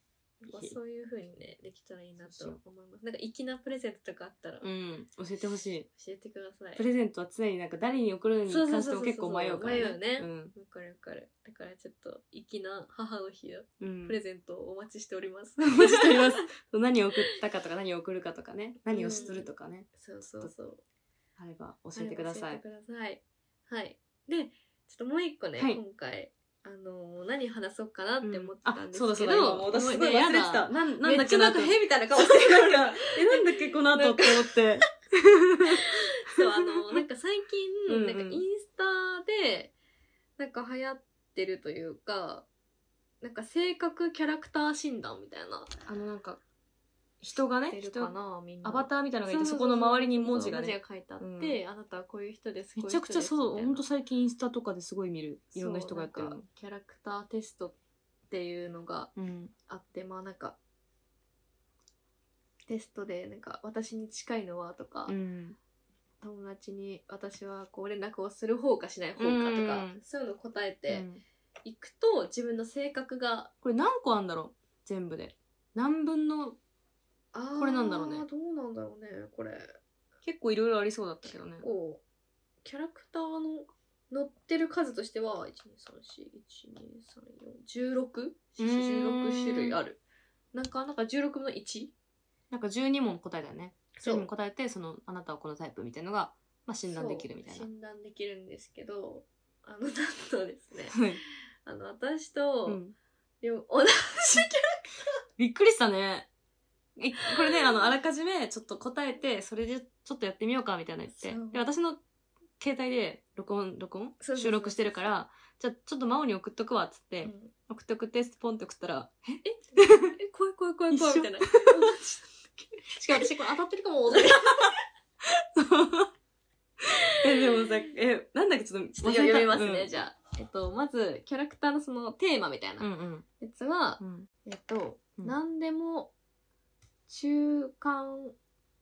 [SPEAKER 1] まあそういう風にねできたらいいなと
[SPEAKER 2] そうしよ
[SPEAKER 1] 思いますなんか粋なプレゼントとかあったら教
[SPEAKER 2] うん、教えてほしい。
[SPEAKER 1] えてください、
[SPEAKER 2] プレゼントは常になんか誰に送るのに関しても結構迷うから、
[SPEAKER 1] そうそうそうそう迷うね
[SPEAKER 2] うん。
[SPEAKER 1] わかるわかるだからちょっと粋な母の日の
[SPEAKER 2] うん。
[SPEAKER 1] プレゼントをお待ちしており ます、
[SPEAKER 2] お待ちしております。そう何を送ったかとか、何を送るかとかね、何をするとかね、
[SPEAKER 1] そうそうそう
[SPEAKER 2] あれば教えてくださ
[SPEAKER 1] はい
[SPEAKER 2] い。
[SPEAKER 1] 教えてくださいはいでちょっともう一個ね、
[SPEAKER 2] はい
[SPEAKER 1] 今回あのー何話そうかなって思ってたんですけど、
[SPEAKER 2] あ、そうだそうだ、今もう私すごい忘れてた。なんなん
[SPEAKER 1] め
[SPEAKER 2] だ
[SPEAKER 1] っち
[SPEAKER 2] っけ
[SPEAKER 1] ゃな
[SPEAKER 2] なんん
[SPEAKER 1] か
[SPEAKER 2] か
[SPEAKER 1] へみたいな顔してるから
[SPEAKER 2] え、なんだっけこの後って思って。
[SPEAKER 1] そうあのなんか最近
[SPEAKER 2] うんうん
[SPEAKER 1] なんかインスタでなんか流行ってるというかなんか性格キャラクター診断みたいな
[SPEAKER 2] あの、なんか、人がね、
[SPEAKER 1] 出る
[SPEAKER 2] 人
[SPEAKER 1] か、なみんな
[SPEAKER 2] アバターみたいなのがい
[SPEAKER 1] う
[SPEAKER 2] て、そうこ
[SPEAKER 1] う
[SPEAKER 2] の
[SPEAKER 1] う
[SPEAKER 2] 周りに文字が
[SPEAKER 1] そう文
[SPEAKER 2] ね、
[SPEAKER 1] 字が書いてあって、あなたはこういう人です
[SPEAKER 2] め
[SPEAKER 1] こうい
[SPEAKER 2] ちゃくちゃそう、ほんと
[SPEAKER 1] う人ですみたいな
[SPEAKER 2] 最近インスタとかですごい見る。いろんな人がやってる
[SPEAKER 1] そうな
[SPEAKER 2] の
[SPEAKER 1] ん。かキャラクターテストっていうのが
[SPEAKER 2] うん。
[SPEAKER 1] あってまあなんかテストでなんか私に近いのはとか、
[SPEAKER 2] うん。
[SPEAKER 1] 友達に私はこう連絡をする方かしない方かとか、
[SPEAKER 2] うん
[SPEAKER 1] そういうのを答え
[SPEAKER 2] う
[SPEAKER 1] て
[SPEAKER 2] ん
[SPEAKER 1] いくと、自分の性格が
[SPEAKER 2] これ何個あんだろう全部で。何分の、
[SPEAKER 1] あー
[SPEAKER 2] これなんだろうね
[SPEAKER 1] どうなんだろうねこれ
[SPEAKER 2] 結構いろいろありそうだったけどね。
[SPEAKER 1] こうキャラクターの乗ってる数としては12341234161種類あるなんかなんか16分の 1?
[SPEAKER 2] なんか12問答えだよね。
[SPEAKER 1] そ
[SPEAKER 2] 12
[SPEAKER 1] う
[SPEAKER 2] 問答えて、その、あなたはこのタイプみたいなのが、まあ、診断できるみたい
[SPEAKER 1] そ
[SPEAKER 2] な
[SPEAKER 1] う。診断できるんですけどあのなんとですね
[SPEAKER 2] はい
[SPEAKER 1] あの私と、
[SPEAKER 2] うん
[SPEAKER 1] でも同じ
[SPEAKER 2] びっくりしたね。いこれね、あの、あらかじめちょっと答えて、それでちょっとやってみようかみたいな言って
[SPEAKER 1] そう。
[SPEAKER 2] で、私の携帯で録音、録音
[SPEAKER 1] そうそうそうそう
[SPEAKER 2] 収録してるから、じゃあちょっと真央に送っとくわっつっ
[SPEAKER 1] キャ
[SPEAKER 2] て
[SPEAKER 1] ラ、うん
[SPEAKER 2] 送って送ってってポンって送ったら、
[SPEAKER 1] え怖い怖い怖い怖い
[SPEAKER 2] 一緒
[SPEAKER 1] みたい な
[SPEAKER 2] し
[SPEAKER 1] しかも
[SPEAKER 2] も
[SPEAKER 1] 私これ当たってるかも 同じ
[SPEAKER 2] え、でもさ、え、なんだっけちょっと
[SPEAKER 1] ちょっと読みますね、じ
[SPEAKER 2] ゃ
[SPEAKER 1] ゃあえっとまずキャラクターのそのテーマみたいな
[SPEAKER 2] うん
[SPEAKER 1] や
[SPEAKER 2] うん
[SPEAKER 1] つは、
[SPEAKER 2] うん。
[SPEAKER 1] えっと、
[SPEAKER 2] うん
[SPEAKER 1] 何でも中間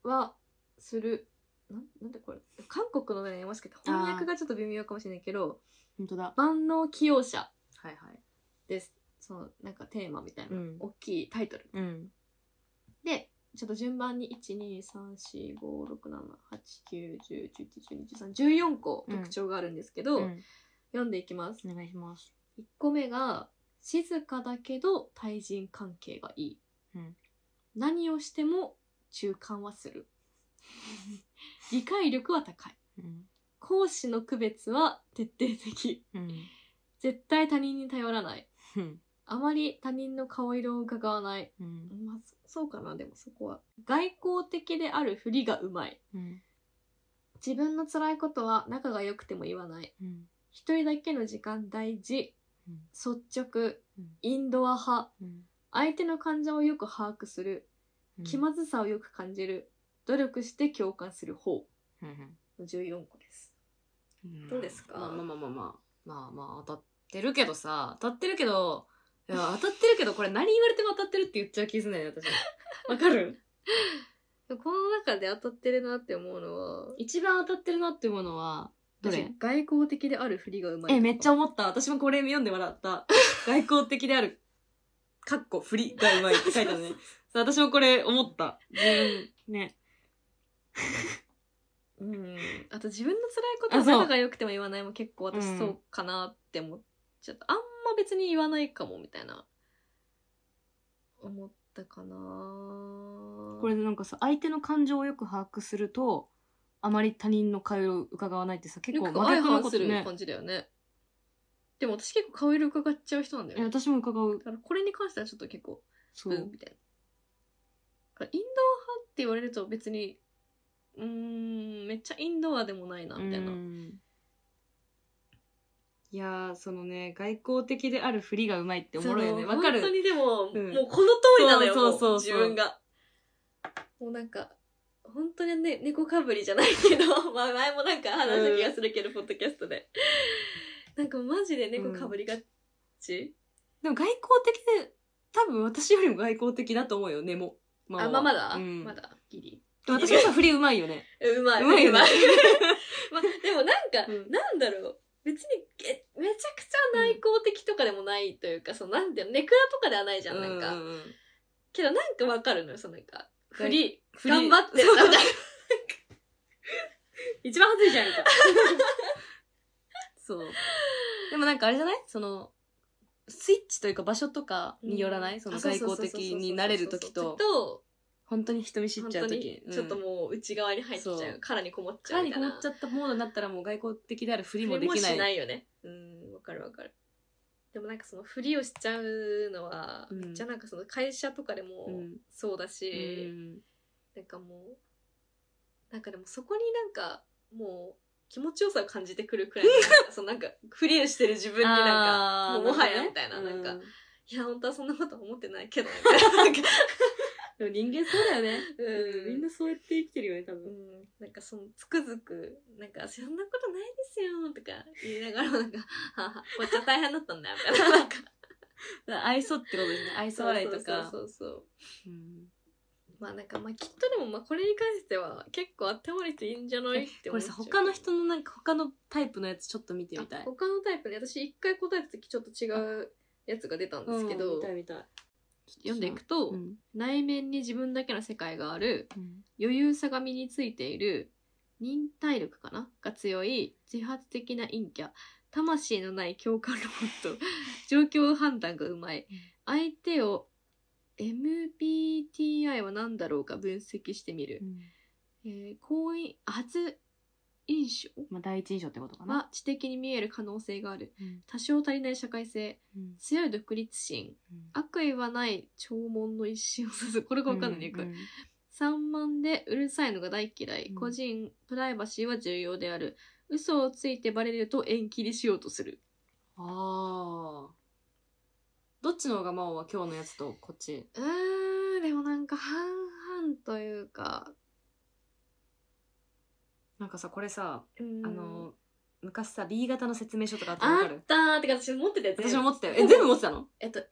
[SPEAKER 1] はするなんなんでこれ韓国のねもしかして翻訳がちょっと微妙かもしれないけど
[SPEAKER 2] 本当だ。
[SPEAKER 1] 万能起用者
[SPEAKER 2] はいはい。
[SPEAKER 1] ですそのなんかテーマみたいな、
[SPEAKER 2] うん
[SPEAKER 1] 大きいタイトル
[SPEAKER 2] うん。
[SPEAKER 1] でちょっと順番に1234567891011121314個特徴があるんですけど、
[SPEAKER 2] うん
[SPEAKER 1] 読んでいきます、
[SPEAKER 2] お願いします。
[SPEAKER 1] 1個目が静かだけど対人関係がいい、
[SPEAKER 2] うん
[SPEAKER 1] 何をしても中間はする 理解力は高い
[SPEAKER 2] うん。
[SPEAKER 1] 講師の区別は徹底的
[SPEAKER 2] う
[SPEAKER 1] 絶対他人に頼らない
[SPEAKER 2] ん。
[SPEAKER 1] あまり他人の顔色を伺わない
[SPEAKER 2] うん。
[SPEAKER 1] まあそそうかなでもそこは外交的であるふりがうまい
[SPEAKER 2] うん。
[SPEAKER 1] 自分の辛いことは仲が良くても言わない
[SPEAKER 2] うん。
[SPEAKER 1] 一人だけの時間大事
[SPEAKER 2] うん
[SPEAKER 1] 率直
[SPEAKER 2] うん
[SPEAKER 1] インドア派
[SPEAKER 2] うん。
[SPEAKER 1] 相手の感情をよく把握する気まずさをよく感じる努力して共感する方
[SPEAKER 2] うん
[SPEAKER 1] の14個です
[SPEAKER 2] うん
[SPEAKER 1] どうですか
[SPEAKER 2] まあまあまあまあまあまあまあ当たってるけどさ当たってるけどいや当たってるけどこれ何言われても当たってるって言っちゃう気すんだよね私わかる
[SPEAKER 1] でもこの中で当たってるなって思うのは
[SPEAKER 2] 一番当たってるなって思うのはどれ
[SPEAKER 1] 私外交的であるふりがうまい
[SPEAKER 2] えめっちゃ
[SPEAKER 1] 思
[SPEAKER 2] 思った私もこれ読んで笑った外交的であるかっこ振りがうまいって書いてあるねそう私もこれ思った自分ね
[SPEAKER 1] ううんあと自分の辛いことは
[SPEAKER 2] あそう
[SPEAKER 1] 仲が良くても言わないも結構
[SPEAKER 2] う
[SPEAKER 1] 私
[SPEAKER 2] ん
[SPEAKER 1] そうかなって思っちゃった、あんま別に言わないかもみたいな思ったかな
[SPEAKER 2] これでなんかさ相手の感情をよく把握するとあまり他人の会話を伺わないってさ結構
[SPEAKER 1] 結構
[SPEAKER 2] 真
[SPEAKER 1] 相
[SPEAKER 2] 逆の
[SPEAKER 1] 反
[SPEAKER 2] こ
[SPEAKER 1] す
[SPEAKER 2] と
[SPEAKER 1] る
[SPEAKER 2] ね
[SPEAKER 1] 感じだよねでも私結構顔色伺っちゃう人なんだよ
[SPEAKER 2] え
[SPEAKER 1] ね
[SPEAKER 2] 私も伺う
[SPEAKER 1] だからこれに関してはちょっと結構
[SPEAKER 2] そううん
[SPEAKER 1] みたいな。だからインドア派って言われると別にうーんめっちゃインドアでもないなみたいな。
[SPEAKER 2] うんいやーそのね外交的であるふりがうまいっておもろいよね
[SPEAKER 1] その
[SPEAKER 2] わかる
[SPEAKER 1] 本当にでも、
[SPEAKER 2] うん
[SPEAKER 1] もうこの通りなのよ
[SPEAKER 2] そう
[SPEAKER 1] もう
[SPEAKER 2] そう
[SPEAKER 1] 自
[SPEAKER 2] そう
[SPEAKER 1] 分が。もうなんか本当にね猫かぶりじゃないけど まあ前もなんか話した気がするけど、ポッドキャストで。なんかマジで猫かぶりがち、
[SPEAKER 2] でも外交的で多分私よりも外交的だと思うよねもま
[SPEAKER 1] あまあまだ、
[SPEAKER 2] うん
[SPEAKER 1] まだギリ。
[SPEAKER 2] でも私もさふりうまいよね
[SPEAKER 1] うまい。
[SPEAKER 2] うまいよね
[SPEAKER 1] まあ、でもなんか、
[SPEAKER 2] うん
[SPEAKER 1] なんだろう。別にえ、めちゃくちゃ内向的とかでもないというか、そのなんていうの、ネクラとかではないじゃん。なんか、
[SPEAKER 2] うんうんうん
[SPEAKER 1] けどなんかわかるのよ、そのなんか。
[SPEAKER 2] が
[SPEAKER 1] フリ
[SPEAKER 2] フ
[SPEAKER 1] ー。
[SPEAKER 2] リー
[SPEAKER 1] 頑張って。
[SPEAKER 2] そう
[SPEAKER 1] なんか
[SPEAKER 2] 一番恥ずいじゃんか。そう。でもなんかあれじゃないその、スイッチというか場所とかによらない、その
[SPEAKER 1] あそう
[SPEAKER 2] 外
[SPEAKER 1] そう
[SPEAKER 2] 交
[SPEAKER 1] そうそう
[SPEAKER 2] 的になれる時と、
[SPEAKER 1] と、
[SPEAKER 2] 本当に人見知っ
[SPEAKER 1] 本
[SPEAKER 2] ちゃ
[SPEAKER 1] 当
[SPEAKER 2] う時
[SPEAKER 1] に。ちょっと
[SPEAKER 2] う
[SPEAKER 1] もう内側に入っちゃう
[SPEAKER 2] そう
[SPEAKER 1] 殻にこもっ
[SPEAKER 2] ん、
[SPEAKER 1] ちゃ
[SPEAKER 2] 殻
[SPEAKER 1] う
[SPEAKER 2] に
[SPEAKER 1] みた
[SPEAKER 2] こ
[SPEAKER 1] い
[SPEAKER 2] も
[SPEAKER 1] な
[SPEAKER 2] っちゃったモードになったらもう外交的であるふり
[SPEAKER 1] 振
[SPEAKER 2] も
[SPEAKER 1] り
[SPEAKER 2] で
[SPEAKER 1] も
[SPEAKER 2] き
[SPEAKER 1] し
[SPEAKER 2] ない。
[SPEAKER 1] ないよねうんわかるわかるでもなんかそのふりをしちゃうのは、
[SPEAKER 2] うん
[SPEAKER 1] めっちゃなんかその会社とかでも
[SPEAKER 2] うん
[SPEAKER 1] そうだ
[SPEAKER 2] う
[SPEAKER 1] し、
[SPEAKER 2] ん
[SPEAKER 1] なんかもうなんかでもそこになんかもう気持ちよさを感じてくるくらいのなんかそのなんかフリをしてる自分になんか
[SPEAKER 2] あー
[SPEAKER 1] もうもはや
[SPEAKER 2] なるほどね
[SPEAKER 1] みたいななんか
[SPEAKER 2] う
[SPEAKER 1] いや本当はそんなことは思ってないけどみたい ななんか、
[SPEAKER 2] でも人間そうだよね、
[SPEAKER 1] うん、
[SPEAKER 2] みんなそうやって生きてるよね多
[SPEAKER 1] う
[SPEAKER 2] 分、
[SPEAKER 1] ん、なんかそのつくづく「なんかそんなことないですよ」とか言いながらもなんか「はあはあこっちは大変だったんだよ」みたいななんか
[SPEAKER 2] 愛想ってことですね愛想笑いと か
[SPEAKER 1] そうそうそうそう
[SPEAKER 2] うん
[SPEAKER 1] まあなんかまあきっとでもまあこれに関しては結構頭にしていいんじゃないって
[SPEAKER 2] こ
[SPEAKER 1] 思っ
[SPEAKER 2] れ
[SPEAKER 1] ちゃ
[SPEAKER 2] さ
[SPEAKER 1] う
[SPEAKER 2] 他の人のなんか他のタイプのやつちょっと見てみた
[SPEAKER 1] あ
[SPEAKER 2] い
[SPEAKER 1] 他のタイプね私一回答えた時ちょっと違うやつが出たんですけ
[SPEAKER 2] うん
[SPEAKER 1] ど、
[SPEAKER 2] 見たい見たい
[SPEAKER 1] 読んでいくと、
[SPEAKER 2] うん
[SPEAKER 1] 内面に自分だけの世界がある
[SPEAKER 2] うん
[SPEAKER 1] 余裕さが身についている忍耐力かなが強い自発的な陰キャ魂のない共感ロボ ット状況判断がうまい相手を MBTI は何だろうか分析してみる、えー好印初印象
[SPEAKER 2] まあ、第一印象ってことかな、
[SPEAKER 1] は知的に見える可能性がある
[SPEAKER 2] うん
[SPEAKER 1] 多少足りない社会性
[SPEAKER 2] うん
[SPEAKER 1] 強い独立心悪意はない弔問の一心を指す これが分かんないね、よく
[SPEAKER 2] うん
[SPEAKER 1] 散漫でうるさいのが大嫌い、
[SPEAKER 2] うん
[SPEAKER 1] 個人プライバシーは重要である嘘をついてバレると縁切りしようとする
[SPEAKER 2] ああどっちの方が真央は今日のやつとこっち
[SPEAKER 1] うーんでもなんか半々というか
[SPEAKER 2] なんかさこれさ、
[SPEAKER 1] うーん
[SPEAKER 2] あの昔さ B 型の説明書とかあったの
[SPEAKER 1] あ
[SPEAKER 2] 分かる
[SPEAKER 1] ったーってか私持ってたやつ
[SPEAKER 2] 私も持ってたよえ全部持ってたの
[SPEAKER 1] えっとえ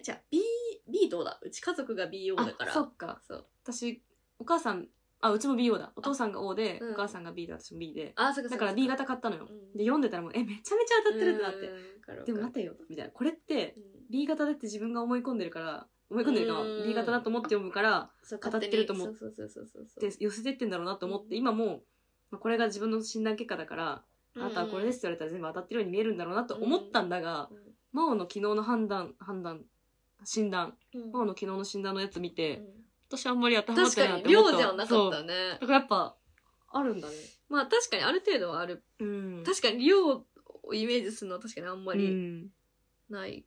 [SPEAKER 1] ー、じゃあ B B どうだうち家族が BO だから
[SPEAKER 2] あそっか
[SPEAKER 1] そう
[SPEAKER 2] 私お母さんあうちも BO だお父さんが O で、
[SPEAKER 1] うん
[SPEAKER 2] お母さんが B で私も B で
[SPEAKER 1] あ、そうかそ
[SPEAKER 2] だ
[SPEAKER 1] う
[SPEAKER 2] から
[SPEAKER 1] そう
[SPEAKER 2] B 型買ったのよ、
[SPEAKER 1] うん
[SPEAKER 2] で読んでたらもうえめちゃめちゃ当たってるってなって
[SPEAKER 1] って
[SPEAKER 2] でも待てよみたいなこれって
[SPEAKER 1] うん
[SPEAKER 2] B 型だって自分が思い込んでるから思い込んでるのは
[SPEAKER 1] うん
[SPEAKER 2] B 型だと思って読むから
[SPEAKER 1] そう
[SPEAKER 2] 語ってると思う
[SPEAKER 1] 勝手にそうそうそうそうそう
[SPEAKER 2] で寄せてってんだろうなと思って、
[SPEAKER 1] うん
[SPEAKER 2] 今もまあこれが自分の診断結果だから、あなたはこれですって言われたら全部当たってるように見えるんだろうなと思ったんだが、
[SPEAKER 1] うん
[SPEAKER 2] 真央の昨日の判断判断診断
[SPEAKER 1] うん
[SPEAKER 2] 真央の昨日の診断のやつ見
[SPEAKER 1] う
[SPEAKER 2] て、
[SPEAKER 1] ん
[SPEAKER 2] 私あんまり当てはまっ
[SPEAKER 1] 確
[SPEAKER 2] てない
[SPEAKER 1] か
[SPEAKER 2] なっ
[SPEAKER 1] に
[SPEAKER 2] て思
[SPEAKER 1] 量
[SPEAKER 2] った
[SPEAKER 1] じゃなかった
[SPEAKER 2] そう
[SPEAKER 1] ね
[SPEAKER 2] だからやっぱあるんだね
[SPEAKER 1] まあ確かにある程度はある
[SPEAKER 2] うん
[SPEAKER 1] 確かに量をイメージするのは確かにあんま
[SPEAKER 2] う
[SPEAKER 1] り
[SPEAKER 2] ん
[SPEAKER 1] ない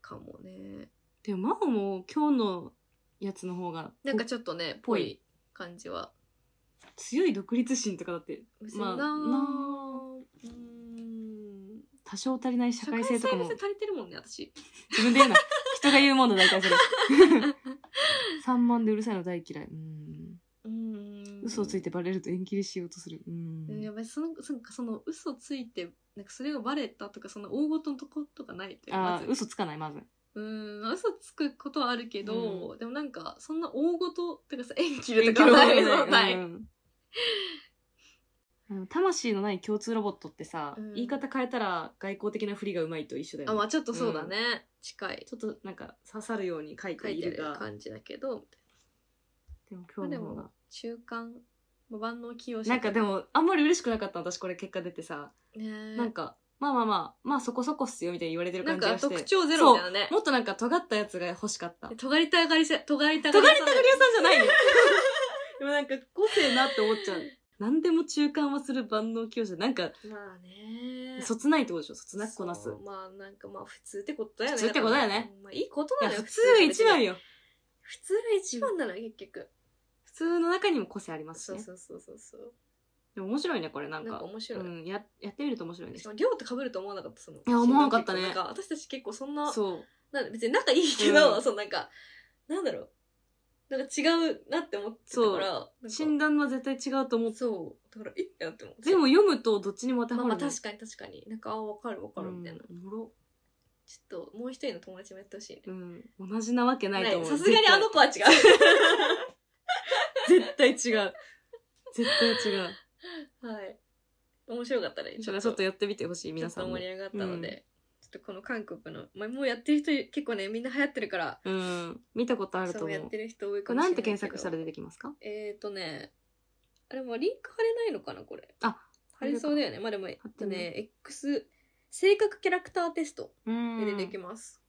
[SPEAKER 1] かもね、
[SPEAKER 2] でも真央も今日のやつの方が
[SPEAKER 1] なんかちょっとねぽ
[SPEAKER 2] ぽい
[SPEAKER 1] い感じは
[SPEAKER 2] 強い独立心とかだってま
[SPEAKER 1] な
[SPEAKER 2] あな
[SPEAKER 1] うーん
[SPEAKER 2] 多少足りない社
[SPEAKER 1] 社
[SPEAKER 2] 会
[SPEAKER 1] 会
[SPEAKER 2] 性
[SPEAKER 1] 性と
[SPEAKER 2] とか
[SPEAKER 1] か
[SPEAKER 2] も
[SPEAKER 1] も足りてるもんね私
[SPEAKER 2] 自分で言うな人が言うもんだ大体そ れ散漫でうるさいの大嫌いうん
[SPEAKER 1] うーん
[SPEAKER 2] 嘘をついてバレると縁切りしようとするうん
[SPEAKER 1] うんやっぱりそのそのその嘘ついてなんかそれがバレたとかその大ごとのとことかないという
[SPEAKER 2] あ
[SPEAKER 1] まず
[SPEAKER 2] ー嘘つかないまず
[SPEAKER 1] うーんまあ嘘つくことはあるけど、でもなんかそんな大ごとてかさ縁切るとかはないそうない、
[SPEAKER 2] うんあの魂のない共通ロボットってさ、
[SPEAKER 1] うん
[SPEAKER 2] 言い方変えたら外交的な振りがうまいと一緒だよ
[SPEAKER 1] あ
[SPEAKER 2] ね、
[SPEAKER 1] まあちょっとそうだね、近い
[SPEAKER 2] ちょっとなんか刺さるように書い
[SPEAKER 1] 書
[SPEAKER 2] て
[SPEAKER 1] い
[SPEAKER 2] い
[SPEAKER 1] て
[SPEAKER 2] る
[SPEAKER 1] る
[SPEAKER 2] が
[SPEAKER 1] 感じだけど
[SPEAKER 2] でも
[SPEAKER 1] まあ
[SPEAKER 2] 今日
[SPEAKER 1] で
[SPEAKER 2] の方が
[SPEAKER 1] も中間もう万能起用
[SPEAKER 2] なんかでもあんまり嬉しくなかった私これ結果出てさ、
[SPEAKER 1] ね
[SPEAKER 2] なんかまあまあまあまあそこそこっすよみたいに言われてる
[SPEAKER 1] な
[SPEAKER 2] 感
[SPEAKER 1] ん
[SPEAKER 2] じ
[SPEAKER 1] か
[SPEAKER 2] がして
[SPEAKER 1] 特徴ゼロみたいなね
[SPEAKER 2] もっとなんか尖ったやつが欲しかった。尖り
[SPEAKER 1] 尖りたがりせ尖りた
[SPEAKER 2] たが
[SPEAKER 1] が
[SPEAKER 2] り
[SPEAKER 1] り
[SPEAKER 2] 屋
[SPEAKER 1] さ
[SPEAKER 2] さんじゃないよ。でもなんか個性なって思っちゃう。何でも中間はする万能教師なんか、
[SPEAKER 1] まあね
[SPEAKER 2] そつないってことでしょそつなくこなす。
[SPEAKER 1] そうまあなんかまあ普通ってことだよね
[SPEAKER 2] 普通ってことだよね
[SPEAKER 1] まあいいこと
[SPEAKER 2] い
[SPEAKER 1] なの
[SPEAKER 2] や
[SPEAKER 1] よ
[SPEAKER 2] 普通が一番
[SPEAKER 1] よ
[SPEAKER 2] よ。
[SPEAKER 1] 普通が一番なのよ結局
[SPEAKER 2] 普通の中にも個性ありますし
[SPEAKER 1] そう
[SPEAKER 2] ね。
[SPEAKER 1] そうそうそうそう
[SPEAKER 2] でも面白いね、これ
[SPEAKER 1] な
[SPEAKER 2] な
[SPEAKER 1] んんか
[SPEAKER 2] か。
[SPEAKER 1] 面白い、
[SPEAKER 2] うん、や、やってみると面白いね
[SPEAKER 1] しか。も量と被ると思わなかったそのい
[SPEAKER 2] や思わなかったね
[SPEAKER 1] なんか私たち結構そんな
[SPEAKER 2] そう。
[SPEAKER 1] なん別に仲いいけど、
[SPEAKER 2] うん
[SPEAKER 1] そのなんかなんだろうなんか違うなって思ってた
[SPEAKER 2] そう
[SPEAKER 1] からなんか
[SPEAKER 2] 診断は絶対違うと思う。
[SPEAKER 1] そうだからえってなっても
[SPEAKER 2] でも読むとどっちにも当て
[SPEAKER 1] ま
[SPEAKER 2] は
[SPEAKER 1] あま
[SPEAKER 2] ま
[SPEAKER 1] あ
[SPEAKER 2] るね。
[SPEAKER 1] 確かに確かになんかあ分かる分かるみたいな、
[SPEAKER 2] うんおもろ
[SPEAKER 1] ちょっともう一人の友達もやってほしいね
[SPEAKER 2] うん。同じなわけない
[SPEAKER 1] ない
[SPEAKER 2] と思う。
[SPEAKER 1] さすがにあの子は違う
[SPEAKER 2] 絶対絶対違う。絶対違う。
[SPEAKER 1] はい面白かったね
[SPEAKER 2] ちょっとやってみてほしい、皆
[SPEAKER 1] ち
[SPEAKER 2] さ
[SPEAKER 1] ょっ
[SPEAKER 2] ん
[SPEAKER 1] と
[SPEAKER 2] も
[SPEAKER 1] 盛。り上がったので、ちょょっとこの韓国の、まあ、もうやってる人結構ねみんな流行ってるから
[SPEAKER 2] うん。見たことあると
[SPEAKER 1] そう
[SPEAKER 2] 思
[SPEAKER 1] や
[SPEAKER 2] う。
[SPEAKER 1] ってる人多い
[SPEAKER 2] こ
[SPEAKER 1] か
[SPEAKER 2] れ
[SPEAKER 1] もし
[SPEAKER 2] な
[SPEAKER 1] れ
[SPEAKER 2] ん
[SPEAKER 1] ないけ
[SPEAKER 2] て
[SPEAKER 1] ど
[SPEAKER 2] 検索したら出てきますか
[SPEAKER 1] えっ、ー、とねあれもリンク貼れないのかなこれ
[SPEAKER 2] あ、
[SPEAKER 1] 貼れそうだよねまあでもえっと
[SPEAKER 2] 貼
[SPEAKER 1] ね X 性格キャラクターテスト
[SPEAKER 2] うん
[SPEAKER 1] で出てきます、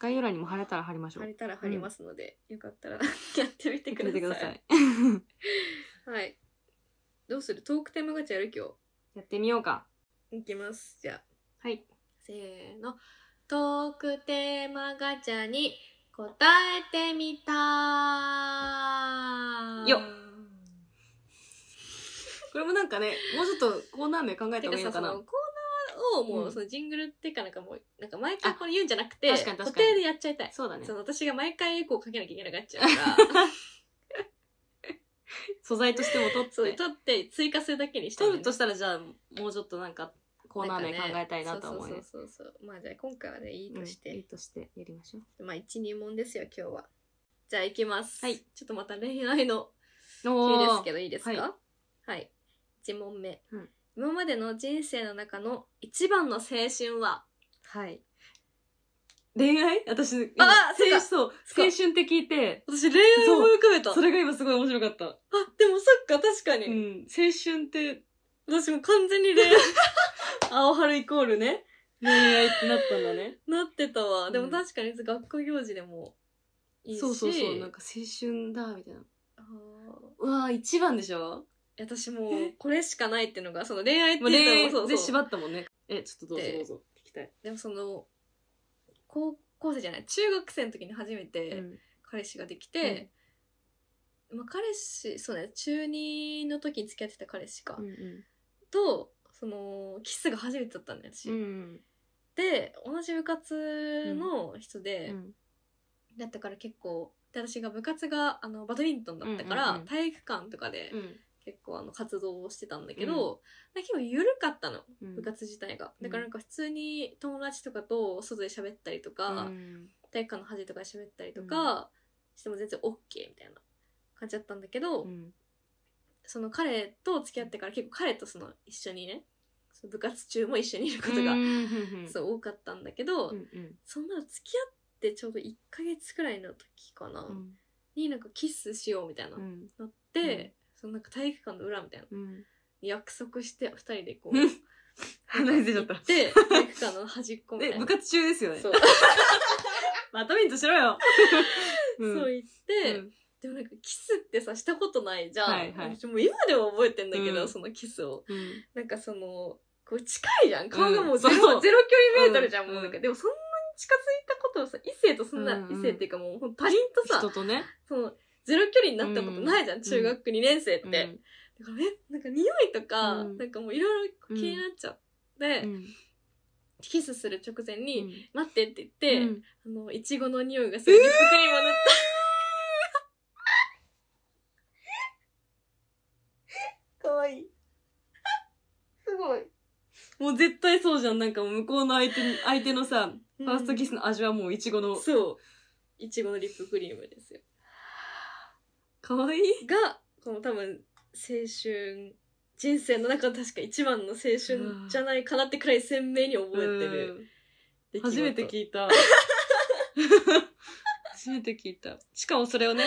[SPEAKER 2] 概要欄にも貼れたら貼りましょ
[SPEAKER 1] 貼
[SPEAKER 2] う。
[SPEAKER 1] れたら貼りますので、よかったらやってみてくださ
[SPEAKER 2] 見て
[SPEAKER 1] い
[SPEAKER 2] ください。
[SPEAKER 1] はいどうするトークテーマガチャやる今
[SPEAKER 2] やってみようか。
[SPEAKER 1] 日いきますじゃあ
[SPEAKER 2] はい。
[SPEAKER 1] せーの。トークテーマガチャに答えてみた
[SPEAKER 2] よっこれもなんかね、もうちょっとコーナー名考え
[SPEAKER 1] てか
[SPEAKER 2] た方がいい
[SPEAKER 1] さ、そ
[SPEAKER 2] のか
[SPEAKER 1] の
[SPEAKER 2] な
[SPEAKER 1] コ。ーナーをもう、
[SPEAKER 2] うん
[SPEAKER 1] そのジングルっていうかなんかもう、なんか毎回
[SPEAKER 2] あ
[SPEAKER 1] これ言うんじゃなくて、
[SPEAKER 2] 確かに確かに
[SPEAKER 1] 固定でやっちゃいたい。
[SPEAKER 2] そうだね
[SPEAKER 1] そ。の私が毎回エコーかけなきゃいけなくなっちゃう から、
[SPEAKER 2] 素材としても
[SPEAKER 1] そう
[SPEAKER 2] 取って。
[SPEAKER 1] 取って追加するだけにしたい
[SPEAKER 2] 取
[SPEAKER 1] んだよね
[SPEAKER 2] るとしたらじゃあ、もうちょっとなんかコーナー名考えたいなとは思う
[SPEAKER 1] ね
[SPEAKER 2] ね。
[SPEAKER 1] そうそうそうそう。まあじゃあ今回はね、いい
[SPEAKER 2] うん
[SPEAKER 1] として。
[SPEAKER 2] いいとしてやりましょ
[SPEAKER 1] まあ一、二問ですよ、今日は。じゃあ行きます。
[SPEAKER 2] はい
[SPEAKER 1] ちょっとまた恋愛の
[SPEAKER 2] う。
[SPEAKER 1] 急です
[SPEAKER 2] お
[SPEAKER 1] け
[SPEAKER 2] ー
[SPEAKER 1] どいいですか
[SPEAKER 2] は
[SPEAKER 1] はいい、1問目、
[SPEAKER 2] うん
[SPEAKER 1] 今までの人生の中の一番の青春は
[SPEAKER 2] はい。恋愛私、
[SPEAKER 1] あ
[SPEAKER 2] 今
[SPEAKER 1] そうだ
[SPEAKER 2] 青そう、
[SPEAKER 1] そう
[SPEAKER 2] 青春って聞いて、
[SPEAKER 1] 私恋愛を思い浮かべたあ
[SPEAKER 2] それが今すごい面白かった。
[SPEAKER 1] でもそっか確かに、
[SPEAKER 2] うん。青春って、
[SPEAKER 1] 私も完全に恋愛
[SPEAKER 2] 青春イコールね、恋愛ってなったんだね。
[SPEAKER 1] なってたわで
[SPEAKER 2] う
[SPEAKER 1] も
[SPEAKER 2] ん
[SPEAKER 1] 確かに学校行事でもいいし
[SPEAKER 2] そうそうそう、なんか青春だ、みたいな。
[SPEAKER 1] あー
[SPEAKER 2] うわー、一番でしょ
[SPEAKER 1] 私もう
[SPEAKER 2] え
[SPEAKER 1] これしかないっていうのがその恋愛って
[SPEAKER 2] もう恋
[SPEAKER 1] いうの
[SPEAKER 2] 愛
[SPEAKER 1] もそう
[SPEAKER 2] で
[SPEAKER 1] そう
[SPEAKER 2] 縛ったもんね。え、ちょっとどうぞ
[SPEAKER 1] で
[SPEAKER 2] どうぞ。聞きたい。
[SPEAKER 1] でもその高校生じゃない中学生の時に初めて、彼氏ができて、まあ、彼氏そうね中2の時に付き合ってた彼氏か、とそのキスが初めてだったんだよ私、
[SPEAKER 2] うん。
[SPEAKER 1] で同じ部活の人で、だったから結構で私が部活があのバドミントンだったから、
[SPEAKER 2] うんうんうん
[SPEAKER 1] 体育館とかで
[SPEAKER 2] うん。
[SPEAKER 1] 結構あの活動をしてたんだけど、なんか結構緩かったの
[SPEAKER 2] うん。
[SPEAKER 1] 部活自体が、
[SPEAKER 2] うん
[SPEAKER 1] だからなんか普通に友達とかと外で喋ったりとか、
[SPEAKER 2] うん
[SPEAKER 1] 体育館の端とかで喋ったりとかしても全然 OK みたいな感じだったんだけど、
[SPEAKER 2] うん
[SPEAKER 1] その彼と付き合ってから結構彼とその一緒にねその部活中も一緒にいることが、
[SPEAKER 2] うんうん
[SPEAKER 1] そう多かったんだけど、
[SPEAKER 2] うんうん
[SPEAKER 1] そんなの付き合ってちょうど1ヶ月くらいの時かな、
[SPEAKER 2] うん
[SPEAKER 1] になんかキスしようみたいな
[SPEAKER 2] う
[SPEAKER 1] の
[SPEAKER 2] ん
[SPEAKER 1] って、そのなんか体育館の裏みたいな
[SPEAKER 2] うん
[SPEAKER 1] 約束して2人でこ
[SPEAKER 2] うん
[SPEAKER 1] う
[SPEAKER 2] 話出ちゃった。
[SPEAKER 1] で体育館の端っこみたい
[SPEAKER 2] え、
[SPEAKER 1] な
[SPEAKER 2] 部活中ですよね
[SPEAKER 1] そ。う,、
[SPEAKER 2] バドミントンしろ よん
[SPEAKER 1] そう言って、
[SPEAKER 2] うん
[SPEAKER 1] でもなんかキスってさしたことないじゃん、
[SPEAKER 2] はいはい
[SPEAKER 1] 私もう今でも覚えてんだけど、
[SPEAKER 2] うん
[SPEAKER 1] そのキスを
[SPEAKER 2] うん
[SPEAKER 1] なんかそのこう近いじゃん顔がもうゼ
[SPEAKER 2] そ
[SPEAKER 1] ロ,、
[SPEAKER 2] うそう
[SPEAKER 1] ゼロ距離メートルじゃん、
[SPEAKER 2] うん
[SPEAKER 1] もうなんか
[SPEAKER 2] うん
[SPEAKER 1] でもそんなに近づいたことをさ異性とそんな、
[SPEAKER 2] うんうん
[SPEAKER 1] 異性っていうかもうほんと他人とさ
[SPEAKER 2] 人とね。
[SPEAKER 1] そのゼロ距離になったことないじゃん、
[SPEAKER 2] ん
[SPEAKER 1] 中学2年生って、
[SPEAKER 2] うん
[SPEAKER 1] だからえなんか匂いとか、
[SPEAKER 2] うん
[SPEAKER 1] なんかもういろいろ気になっちゃって、
[SPEAKER 2] うん
[SPEAKER 1] キスする直前に、
[SPEAKER 2] うん
[SPEAKER 1] 待ってって言って、
[SPEAKER 2] うん
[SPEAKER 1] あの、いちごの匂いがするリップクリームを塗った。かわ いい。すごい。
[SPEAKER 2] もう絶対そうじゃん。なんかもう向こうの相手に、相手のさ、
[SPEAKER 1] フ
[SPEAKER 2] ファーストキスの味はもういちごの。
[SPEAKER 1] そう。いちごのリップクリームですよ。
[SPEAKER 2] かわいい。
[SPEAKER 1] が、この多分、青春、人生の中の確か一番の青春じゃないかなってくらい鮮明に覚えてる。出来事
[SPEAKER 2] 初めて聞いた。初めて聞いた。しかもそれをね、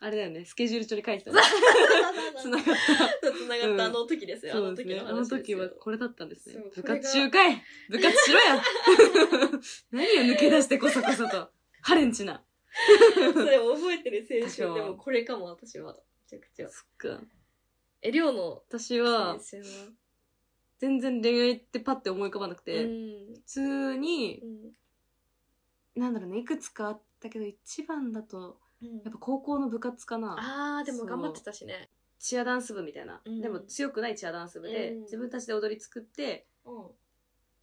[SPEAKER 2] あれだよね、スケジュール帳に書いてたね。 つながった。
[SPEAKER 1] つながったあの時ですよ。あ
[SPEAKER 2] そう
[SPEAKER 1] の
[SPEAKER 2] です
[SPEAKER 1] 時
[SPEAKER 2] ね。
[SPEAKER 1] の
[SPEAKER 2] あの
[SPEAKER 1] 話です
[SPEAKER 2] 時
[SPEAKER 1] よ
[SPEAKER 2] はこれだったんですね
[SPEAKER 1] そう。
[SPEAKER 2] 部
[SPEAKER 1] これが
[SPEAKER 2] 活中かい部活しろや 何を抜け出してこそこそと。ハレンチな。
[SPEAKER 1] それ覚えてる青
[SPEAKER 2] 確
[SPEAKER 1] 春
[SPEAKER 2] か
[SPEAKER 1] で
[SPEAKER 2] に
[SPEAKER 1] もこれかも私はめちゃくちゃ
[SPEAKER 2] そっか。
[SPEAKER 1] えりょうの
[SPEAKER 2] 私
[SPEAKER 1] 青
[SPEAKER 2] は、
[SPEAKER 1] 春は
[SPEAKER 2] 全然恋愛ってパッて思い浮かばなく
[SPEAKER 1] う
[SPEAKER 2] て、普
[SPEAKER 1] ん
[SPEAKER 2] 通に
[SPEAKER 1] う、ん
[SPEAKER 2] なんだろうね、いくつかあったけど、一番だと、
[SPEAKER 1] うん
[SPEAKER 2] やっぱ高校の部活かな。
[SPEAKER 1] あーでも頑張ってたしね
[SPEAKER 2] チアダンス部みたいな、
[SPEAKER 1] うん
[SPEAKER 2] でも強くないチアダンス部で、
[SPEAKER 1] うん
[SPEAKER 2] 自分たちで踊り作って
[SPEAKER 1] うん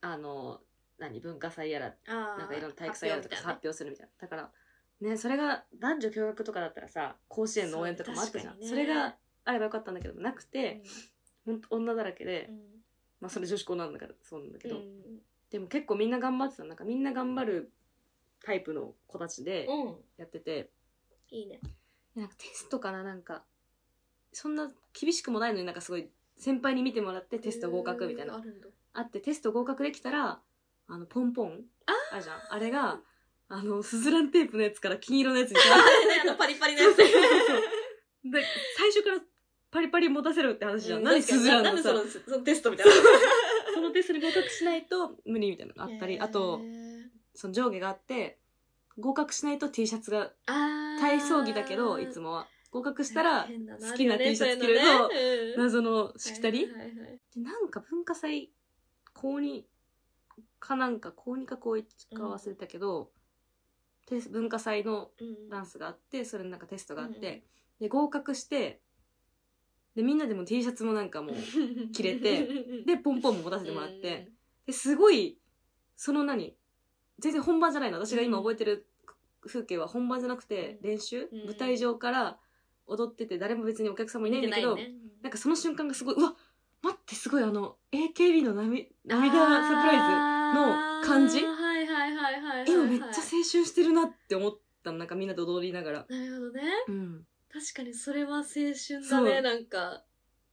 [SPEAKER 2] あの何文化祭やら
[SPEAKER 1] あ
[SPEAKER 2] なん
[SPEAKER 1] ー
[SPEAKER 2] かいろんな体育祭やらとか発
[SPEAKER 1] 発
[SPEAKER 2] 表するみたいなだからねそれが男女共学とかだったらさ甲子園の応援とかもあったじゃん
[SPEAKER 1] そ
[SPEAKER 2] そ,、
[SPEAKER 1] うね
[SPEAKER 2] れがあればよかったんだけどなく
[SPEAKER 1] 表
[SPEAKER 2] て、
[SPEAKER 1] み
[SPEAKER 2] ほんと女だらけで、
[SPEAKER 1] たいなね
[SPEAKER 2] まあそれ女子校なんだからそうなんだけ
[SPEAKER 1] うん
[SPEAKER 2] ど、
[SPEAKER 1] うん
[SPEAKER 2] でも結構みんな頑張ってたなんかみんな頑張るタイプの子たちで
[SPEAKER 1] うんうん
[SPEAKER 2] やってて、
[SPEAKER 1] いいね
[SPEAKER 2] なんかテストかななんかそんな厳しくもないのになん かすごい先輩に見てもらってテスト合格みたいな
[SPEAKER 1] あるんだ
[SPEAKER 2] あってテスト合格できたらあの、ポンポンあるじゃん。あれが、あの、スズランテープのやつから金色のやつに変わっ
[SPEAKER 1] あ
[SPEAKER 2] て
[SPEAKER 1] れね、あのパリパリのやつ。
[SPEAKER 2] そうそうそうで最初からパリパリ持たせるって話じゃん。何スズラン
[SPEAKER 1] な
[SPEAKER 2] の
[SPEAKER 1] んで
[SPEAKER 2] さ
[SPEAKER 1] そのそのテストみたいな。
[SPEAKER 2] そのテストに合格しないと無理みたいなのがあったり、あと
[SPEAKER 1] へー、
[SPEAKER 2] その上下があって、合格しないと T シャツが
[SPEAKER 1] あー
[SPEAKER 2] 体操着だけど、いつもは。合格したら、
[SPEAKER 1] 変だ
[SPEAKER 2] 好きな
[SPEAKER 1] あるよ
[SPEAKER 2] T シャツ
[SPEAKER 1] そ
[SPEAKER 2] 着
[SPEAKER 1] うい
[SPEAKER 2] る
[SPEAKER 1] う
[SPEAKER 2] と
[SPEAKER 1] のねうん
[SPEAKER 2] 謎のしきたり、
[SPEAKER 1] はいはいはい
[SPEAKER 2] でなんか文化祭高2かなんか高2か高1か忘れたけど、テス文化祭の
[SPEAKER 1] うん
[SPEAKER 2] ダンスがあってそれのなんかテストがあって、
[SPEAKER 1] うんうん
[SPEAKER 2] で合格してでみんなでも T シャツもなんかもう切れてでポンポンも持たせてもらって、ですごいその何全然本番じゃないの私が今覚えてる風景は本番じゃなくて
[SPEAKER 1] うん
[SPEAKER 2] 練習、
[SPEAKER 1] うん
[SPEAKER 2] 舞台上から踊ってて誰も別にお客さんもいないんだけど
[SPEAKER 1] 見て
[SPEAKER 2] なんかその瞬間がすごい、うわ待って、すごいあの、AKB の涙、涙サプラの感じ
[SPEAKER 1] あーはいはいはいはいはいはい
[SPEAKER 2] イズ。今めっちゃ青春してるなって思ったの、なんかみんなと踊りながら。
[SPEAKER 1] なるほどね
[SPEAKER 2] うん。
[SPEAKER 1] 確かにそれは青春だ
[SPEAKER 2] そ
[SPEAKER 1] ね
[SPEAKER 2] う
[SPEAKER 1] なんか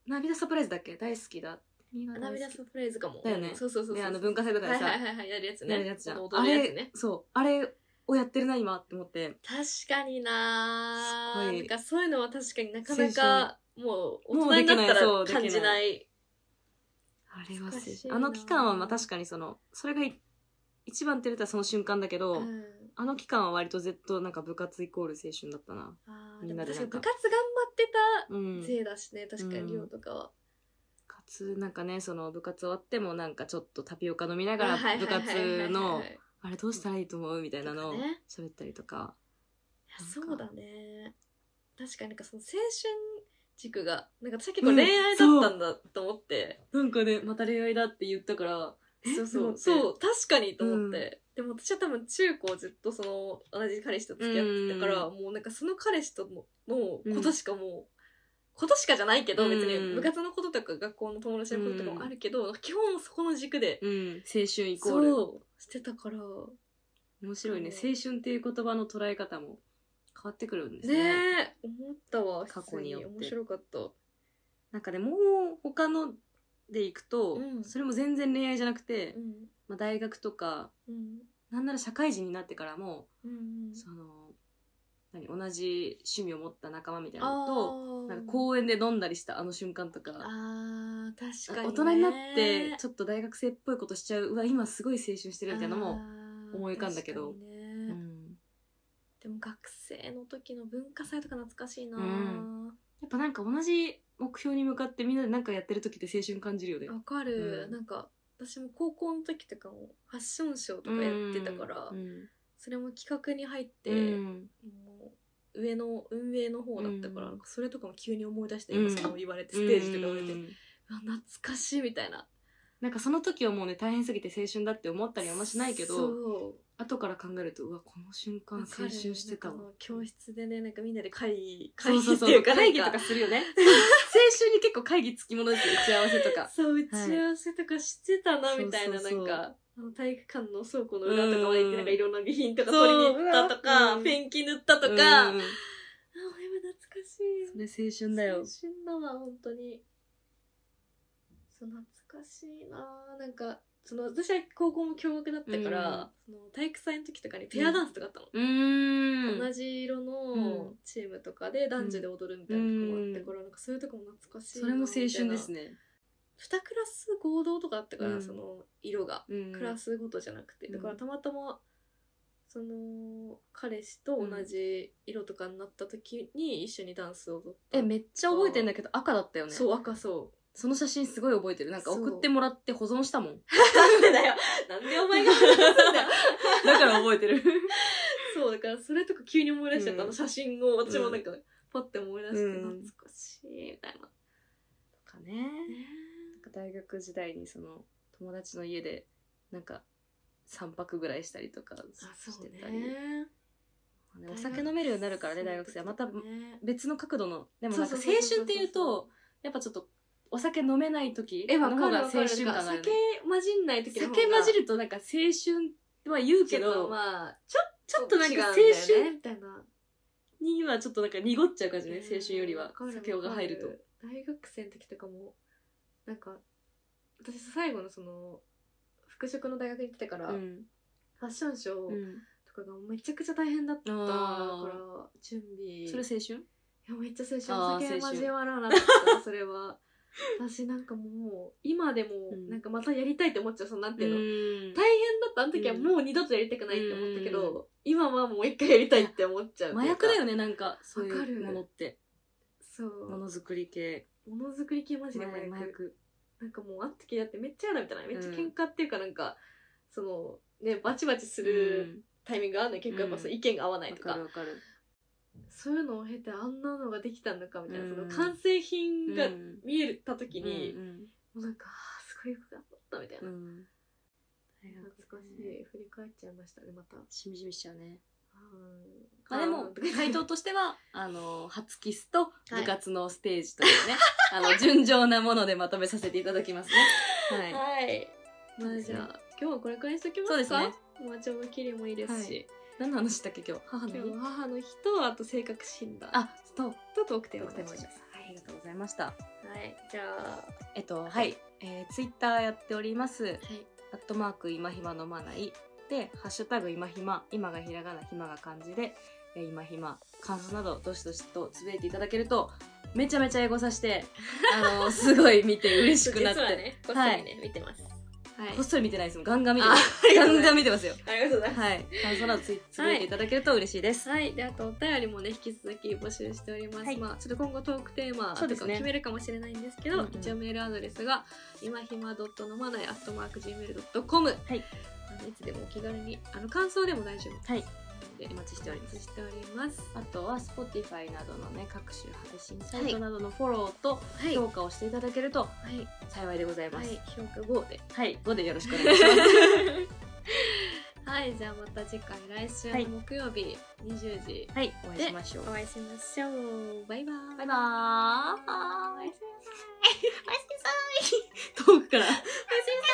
[SPEAKER 2] 涙サプライズだっけ大好きだ。君が大好き
[SPEAKER 1] 涙サプライズかも
[SPEAKER 2] だよね
[SPEAKER 1] そうそうそうそう
[SPEAKER 2] ねあの文化祭とかでさ
[SPEAKER 1] はいはいはいはいやるやつね
[SPEAKER 2] やるやつじゃん。
[SPEAKER 1] 踊るやつね
[SPEAKER 2] あれ、そう。あれをやってるな、今って思って。
[SPEAKER 1] 確かにな
[SPEAKER 2] す
[SPEAKER 1] ー
[SPEAKER 2] ごい
[SPEAKER 1] なんかそういうのは確かになかなかもう
[SPEAKER 2] もう
[SPEAKER 1] 大
[SPEAKER 2] で
[SPEAKER 1] 人
[SPEAKER 2] き
[SPEAKER 1] に
[SPEAKER 2] な
[SPEAKER 1] ないった
[SPEAKER 2] そ
[SPEAKER 1] ら
[SPEAKER 2] うできない
[SPEAKER 1] 感じない
[SPEAKER 2] あれは
[SPEAKER 1] 懐かしいな
[SPEAKER 2] あの期間はまあ確かにその、それがい一番って言ったらその瞬間だけど、
[SPEAKER 1] うん
[SPEAKER 2] あの期間は割とずっとなんか部活イコール青春だったな。
[SPEAKER 1] あー
[SPEAKER 2] み
[SPEAKER 1] で
[SPEAKER 2] ん
[SPEAKER 1] も
[SPEAKER 2] なで
[SPEAKER 1] 確
[SPEAKER 2] な
[SPEAKER 1] かに
[SPEAKER 2] んか
[SPEAKER 1] 部活頑張って
[SPEAKER 2] う
[SPEAKER 1] た
[SPEAKER 2] ん。
[SPEAKER 1] せいだしね確か
[SPEAKER 2] うん
[SPEAKER 1] に寮とかは
[SPEAKER 2] 部活なんかねその部活終わってもなんかちょっとタピオカ飲みな
[SPEAKER 1] だ
[SPEAKER 2] がら部活のあれどうしたらいいと思うみたいなのを
[SPEAKER 1] とかね
[SPEAKER 2] 喋ったりとか
[SPEAKER 1] いや
[SPEAKER 2] なんか
[SPEAKER 1] そうだね確かになんかその青春軸がなんかさっきこう恋愛だ
[SPEAKER 2] うん
[SPEAKER 1] ったんだと思って、
[SPEAKER 2] なんかねまた恋愛だって言ったから
[SPEAKER 1] そうそう
[SPEAKER 2] そう
[SPEAKER 1] そう確かにと思って、でも私は多分中高ずっとその同じ彼氏と付き合ってたから、
[SPEAKER 2] う
[SPEAKER 1] もうなんかその彼氏との
[SPEAKER 2] うん
[SPEAKER 1] ことしかもう、ことしかじゃないけど、別
[SPEAKER 2] うん
[SPEAKER 1] に部活のこととか学校の友達のこととかもあるけど、基本そこの軸で、
[SPEAKER 2] うん青春イコール
[SPEAKER 1] そうしてたから
[SPEAKER 2] 面白いね
[SPEAKER 1] そう
[SPEAKER 2] 青春っていう言葉の捉え方も変わってくるんです
[SPEAKER 1] ね
[SPEAKER 2] ね
[SPEAKER 1] え思ったわ
[SPEAKER 2] 過去によって
[SPEAKER 1] 普通面白かった
[SPEAKER 2] なんかでもう他のでいくと、
[SPEAKER 1] うん
[SPEAKER 2] それも全然恋愛じゃなくて、
[SPEAKER 1] うん
[SPEAKER 2] まあ、大学とか
[SPEAKER 1] うん
[SPEAKER 2] なんなら社会人になってからも
[SPEAKER 1] うん
[SPEAKER 2] その何同じ趣味を持った仲間みたいな
[SPEAKER 1] あ
[SPEAKER 2] のと
[SPEAKER 1] ー
[SPEAKER 2] なんか公園で飲んだりしたあの瞬間とか
[SPEAKER 1] あー確かに、ね、
[SPEAKER 2] 大人になってちょっと大学生っぽいことしちゃううわ今すごい青春してるみたいなのも、思い浮かんだけ
[SPEAKER 1] あ
[SPEAKER 2] ど
[SPEAKER 1] ー確かに
[SPEAKER 2] う
[SPEAKER 1] ね
[SPEAKER 2] ん
[SPEAKER 1] でも学生の時の文化祭とか懐かしいな、
[SPEAKER 2] う
[SPEAKER 1] わ
[SPEAKER 2] んやっぱなんか同じ目標に向かってみんなでなんかやってる時って青春感じるよね。
[SPEAKER 1] かる、
[SPEAKER 2] うん
[SPEAKER 1] なんか私も高校の時とかもファッションショーとかやってたから、
[SPEAKER 2] うん
[SPEAKER 1] それも企画に入って、
[SPEAKER 2] うん
[SPEAKER 1] もう上の運営の方だったから、
[SPEAKER 2] うん
[SPEAKER 1] なんかそれとかも急に思い出して、
[SPEAKER 2] うん
[SPEAKER 1] 今その言われてステージとか言われて、
[SPEAKER 2] う
[SPEAKER 1] うんわ懐かしいみたいな
[SPEAKER 2] なんかその時はもうね大変すぎて青春だって思ったりはあんましないけど
[SPEAKER 1] そう
[SPEAKER 2] 後から考えるとうわこの瞬間
[SPEAKER 1] わ
[SPEAKER 2] 青
[SPEAKER 1] かる
[SPEAKER 2] 春してたわ
[SPEAKER 1] なんかあの教室でねなんかみんなで会議会
[SPEAKER 2] そう
[SPEAKER 1] 議
[SPEAKER 2] そ
[SPEAKER 1] っ
[SPEAKER 2] う
[SPEAKER 1] て
[SPEAKER 2] そ
[SPEAKER 1] いううか
[SPEAKER 2] 会議
[SPEAKER 1] な
[SPEAKER 2] と
[SPEAKER 1] んか
[SPEAKER 2] かするよ ね青春に結構会議つきものですよ打ち合わせとか
[SPEAKER 1] そう打ち合わせとかしてたな
[SPEAKER 2] はい
[SPEAKER 1] みたいな
[SPEAKER 2] そ
[SPEAKER 1] な
[SPEAKER 2] うそ
[SPEAKER 1] ん
[SPEAKER 2] うそう
[SPEAKER 1] かあの体育館の倉庫の裏とかまで行っ
[SPEAKER 2] うん
[SPEAKER 1] てなんかいろんな備品とか取りに行ったと
[SPEAKER 2] そうう
[SPEAKER 1] か
[SPEAKER 2] わ
[SPEAKER 1] ペンキ塗ったとかあや
[SPEAKER 2] うん
[SPEAKER 1] ば
[SPEAKER 2] うん
[SPEAKER 1] 懐かしい
[SPEAKER 2] それ青春だよ
[SPEAKER 1] 青春だわ本当にそう懐かしいななんかその私は高校も共学だったから、その体育祭の時とかにペアダンスとかあったの、
[SPEAKER 2] うーん
[SPEAKER 1] 同じ色のチームとかで男女で踊るみたいなとこもあってから、なんかそういうとこも懐かしい
[SPEAKER 2] それも青春です
[SPEAKER 1] ね
[SPEAKER 2] ね
[SPEAKER 1] 2クラス合同とかあったから、
[SPEAKER 2] うん
[SPEAKER 1] その色がク
[SPEAKER 2] ク
[SPEAKER 1] ラスごとじゃなくて、
[SPEAKER 2] うん
[SPEAKER 1] だからたまたまその彼氏と同じ色とかになった時に一緒にダンスを踊った、
[SPEAKER 2] えめっちゃ覚えてんだけど赤だったよね
[SPEAKER 1] そう赤そ
[SPEAKER 2] その写真すごい覚えてるなんか
[SPEAKER 1] そう
[SPEAKER 2] 送ってもらって保存したも
[SPEAKER 1] う
[SPEAKER 2] ん
[SPEAKER 1] なんでだよなんでお前が
[SPEAKER 2] だから覚えてる
[SPEAKER 1] そうだからそれとか急に思い出しちゃった、
[SPEAKER 2] うん
[SPEAKER 1] あの写真を私もなんかパッて思い出して、
[SPEAKER 2] うん
[SPEAKER 1] 懐かしいみたいな、
[SPEAKER 2] とかねなんか大学時代にその友達の家でなんか3泊ぐらいしたりとか
[SPEAKER 1] あ
[SPEAKER 2] し
[SPEAKER 1] そう
[SPEAKER 2] てたり、
[SPEAKER 1] ね
[SPEAKER 2] ねお酒飲めるようになるからね大学生はまた
[SPEAKER 1] で
[SPEAKER 2] 別の角度のでもなんか
[SPEAKER 1] そうそう
[SPEAKER 2] 青
[SPEAKER 1] そうそう
[SPEAKER 2] 春っていうとやっぱちょっとお酒飲めない時
[SPEAKER 1] えわ
[SPEAKER 2] の
[SPEAKER 1] かる
[SPEAKER 2] 方が
[SPEAKER 1] わ
[SPEAKER 2] 青
[SPEAKER 1] かる
[SPEAKER 2] 春感がある、ね
[SPEAKER 1] 酒、混じんない時の方が
[SPEAKER 2] 酒混じるとなんか青春は言うけ
[SPEAKER 1] ちょっと
[SPEAKER 2] ど、
[SPEAKER 1] まあ
[SPEAKER 2] ちょちょっとなんか
[SPEAKER 1] 違う
[SPEAKER 2] 青
[SPEAKER 1] んだよね
[SPEAKER 2] 春
[SPEAKER 1] みたいな
[SPEAKER 2] にはちょっとなんか濁っちゃう感じね、青春よりは
[SPEAKER 1] わかる
[SPEAKER 2] 酒が入ると
[SPEAKER 1] わか大学生の時とかもなんか私最後のその服飾の大学に行ってたから、
[SPEAKER 2] う
[SPEAKER 1] フ
[SPEAKER 2] ん
[SPEAKER 1] ァッションショー
[SPEAKER 2] うん
[SPEAKER 1] とかがめちゃくちゃ大変だったから
[SPEAKER 2] あ
[SPEAKER 1] 準備
[SPEAKER 2] それ青春
[SPEAKER 1] いやめっちゃ青
[SPEAKER 2] あー
[SPEAKER 1] 春お酒
[SPEAKER 2] 青春
[SPEAKER 1] 交わらなかったそれは私なんかもう今でも
[SPEAKER 2] うん
[SPEAKER 1] なんかまたやりたいって思っちゃうそのなんていうの、
[SPEAKER 2] う
[SPEAKER 1] 大変
[SPEAKER 2] ん
[SPEAKER 1] だったあの時はもう二度とやりたくないって思ったけど、今はもう一回やりたいって思っちゃう
[SPEAKER 2] 麻薬だよ
[SPEAKER 1] ね
[SPEAKER 2] ねなんかそう
[SPEAKER 1] わか
[SPEAKER 2] い
[SPEAKER 1] る
[SPEAKER 2] うものって
[SPEAKER 1] そ
[SPEAKER 2] も
[SPEAKER 1] う
[SPEAKER 2] のづくり系
[SPEAKER 1] ものづくり系マジで麻薬
[SPEAKER 2] 麻薬
[SPEAKER 1] なんかもうあの時だってめっちゃ嫌だみたいなめっちゃ喧嘩っていうかなんか、そのねバチバチするタイミングがあるのよ結構やっぱそう
[SPEAKER 2] うん
[SPEAKER 1] 意見が合わな
[SPEAKER 2] うん
[SPEAKER 1] い
[SPEAKER 2] わ
[SPEAKER 1] と
[SPEAKER 2] か
[SPEAKER 1] か、
[SPEAKER 2] るわかる
[SPEAKER 1] そういうのを経てあんなのができたのかみたいな、
[SPEAKER 2] うん
[SPEAKER 1] その完成品が
[SPEAKER 2] うん
[SPEAKER 1] 見えた時に、
[SPEAKER 2] うん
[SPEAKER 1] もうなんか、あーすごいよく頑張ったみたいな。
[SPEAKER 2] うん大学
[SPEAKER 1] 懐かしい。振り返っちゃいましたね、また。
[SPEAKER 2] しみじみしちゃうね
[SPEAKER 1] あ
[SPEAKER 2] まあで も回答としてはあの初キスと部活のステージ というね、あの純情なものでまとめさせていただきますね。はい。
[SPEAKER 1] はい。まあじゃあ、今日はこれくらいにしときますか
[SPEAKER 2] そうですね。
[SPEAKER 1] まあちょうど切りもいいですし。
[SPEAKER 2] 何の話だっけ今日母の日
[SPEAKER 1] 今日は母の日と、あと性格診断。
[SPEAKER 2] あそう
[SPEAKER 1] とトークテーマ
[SPEAKER 2] お願いします。ありがとうございました。
[SPEAKER 1] はい。じゃあ、
[SPEAKER 2] えっとはい、えー、ツイッターやっております。
[SPEAKER 1] はい。
[SPEAKER 2] アットマーク今暇飲まないでハッシュタグ今暇今がひらがな暇が漢字でえー今暇感想などどしどしとつぶやいていただけるとめちゃめちゃエゴさして あのすごい見て嬉しくなっ
[SPEAKER 1] 実
[SPEAKER 2] て、
[SPEAKER 1] はね、こっそりね、見てます。はい
[SPEAKER 2] こっ。そり見てないですもんガンガン見てま
[SPEAKER 1] あ
[SPEAKER 2] す
[SPEAKER 1] ありが
[SPEAKER 2] ガ
[SPEAKER 1] とうご
[SPEAKER 2] ン
[SPEAKER 1] ざ
[SPEAKER 2] ガ
[SPEAKER 1] い
[SPEAKER 2] ン
[SPEAKER 1] ま
[SPEAKER 2] 見てますよ
[SPEAKER 1] す。ありがとうございます。
[SPEAKER 2] はい感想などつつぶやいていただけると嬉しいです、
[SPEAKER 1] はい、であとお便りもね引き続き募集しております、
[SPEAKER 2] はい
[SPEAKER 1] まあちょっと今後トークテーマ
[SPEAKER 2] そ
[SPEAKER 1] と
[SPEAKER 2] うです
[SPEAKER 1] か
[SPEAKER 2] ね
[SPEAKER 1] 決めるかもしれないんですけど
[SPEAKER 2] うんうん
[SPEAKER 1] 一応メールアドレスが今暇ドットのまないアットマーク gmail.com はいあのいつでもお気軽にあの感想でも大丈夫
[SPEAKER 2] はい
[SPEAKER 1] で
[SPEAKER 2] お待ちしております
[SPEAKER 1] お待ちしております
[SPEAKER 2] あとは Spotify などのね各種配信サイトなどのフォローと
[SPEAKER 1] はいは
[SPEAKER 2] 評価をしていただけると
[SPEAKER 1] い、
[SPEAKER 2] 幸いでございま
[SPEAKER 1] は
[SPEAKER 2] す、
[SPEAKER 1] い、評価5で
[SPEAKER 2] はい、5でよろしくお願いします
[SPEAKER 1] はいじゃあまた次回来
[SPEAKER 2] はい
[SPEAKER 1] 週の木曜日20時
[SPEAKER 2] はい、お会いしましょう
[SPEAKER 1] お。会いしましょうバイバー
[SPEAKER 2] バイ
[SPEAKER 1] イ
[SPEAKER 2] バーイ。
[SPEAKER 1] おやすみなさい
[SPEAKER 2] 遠くか
[SPEAKER 1] おやすみ
[SPEAKER 2] ら。
[SPEAKER 1] なさい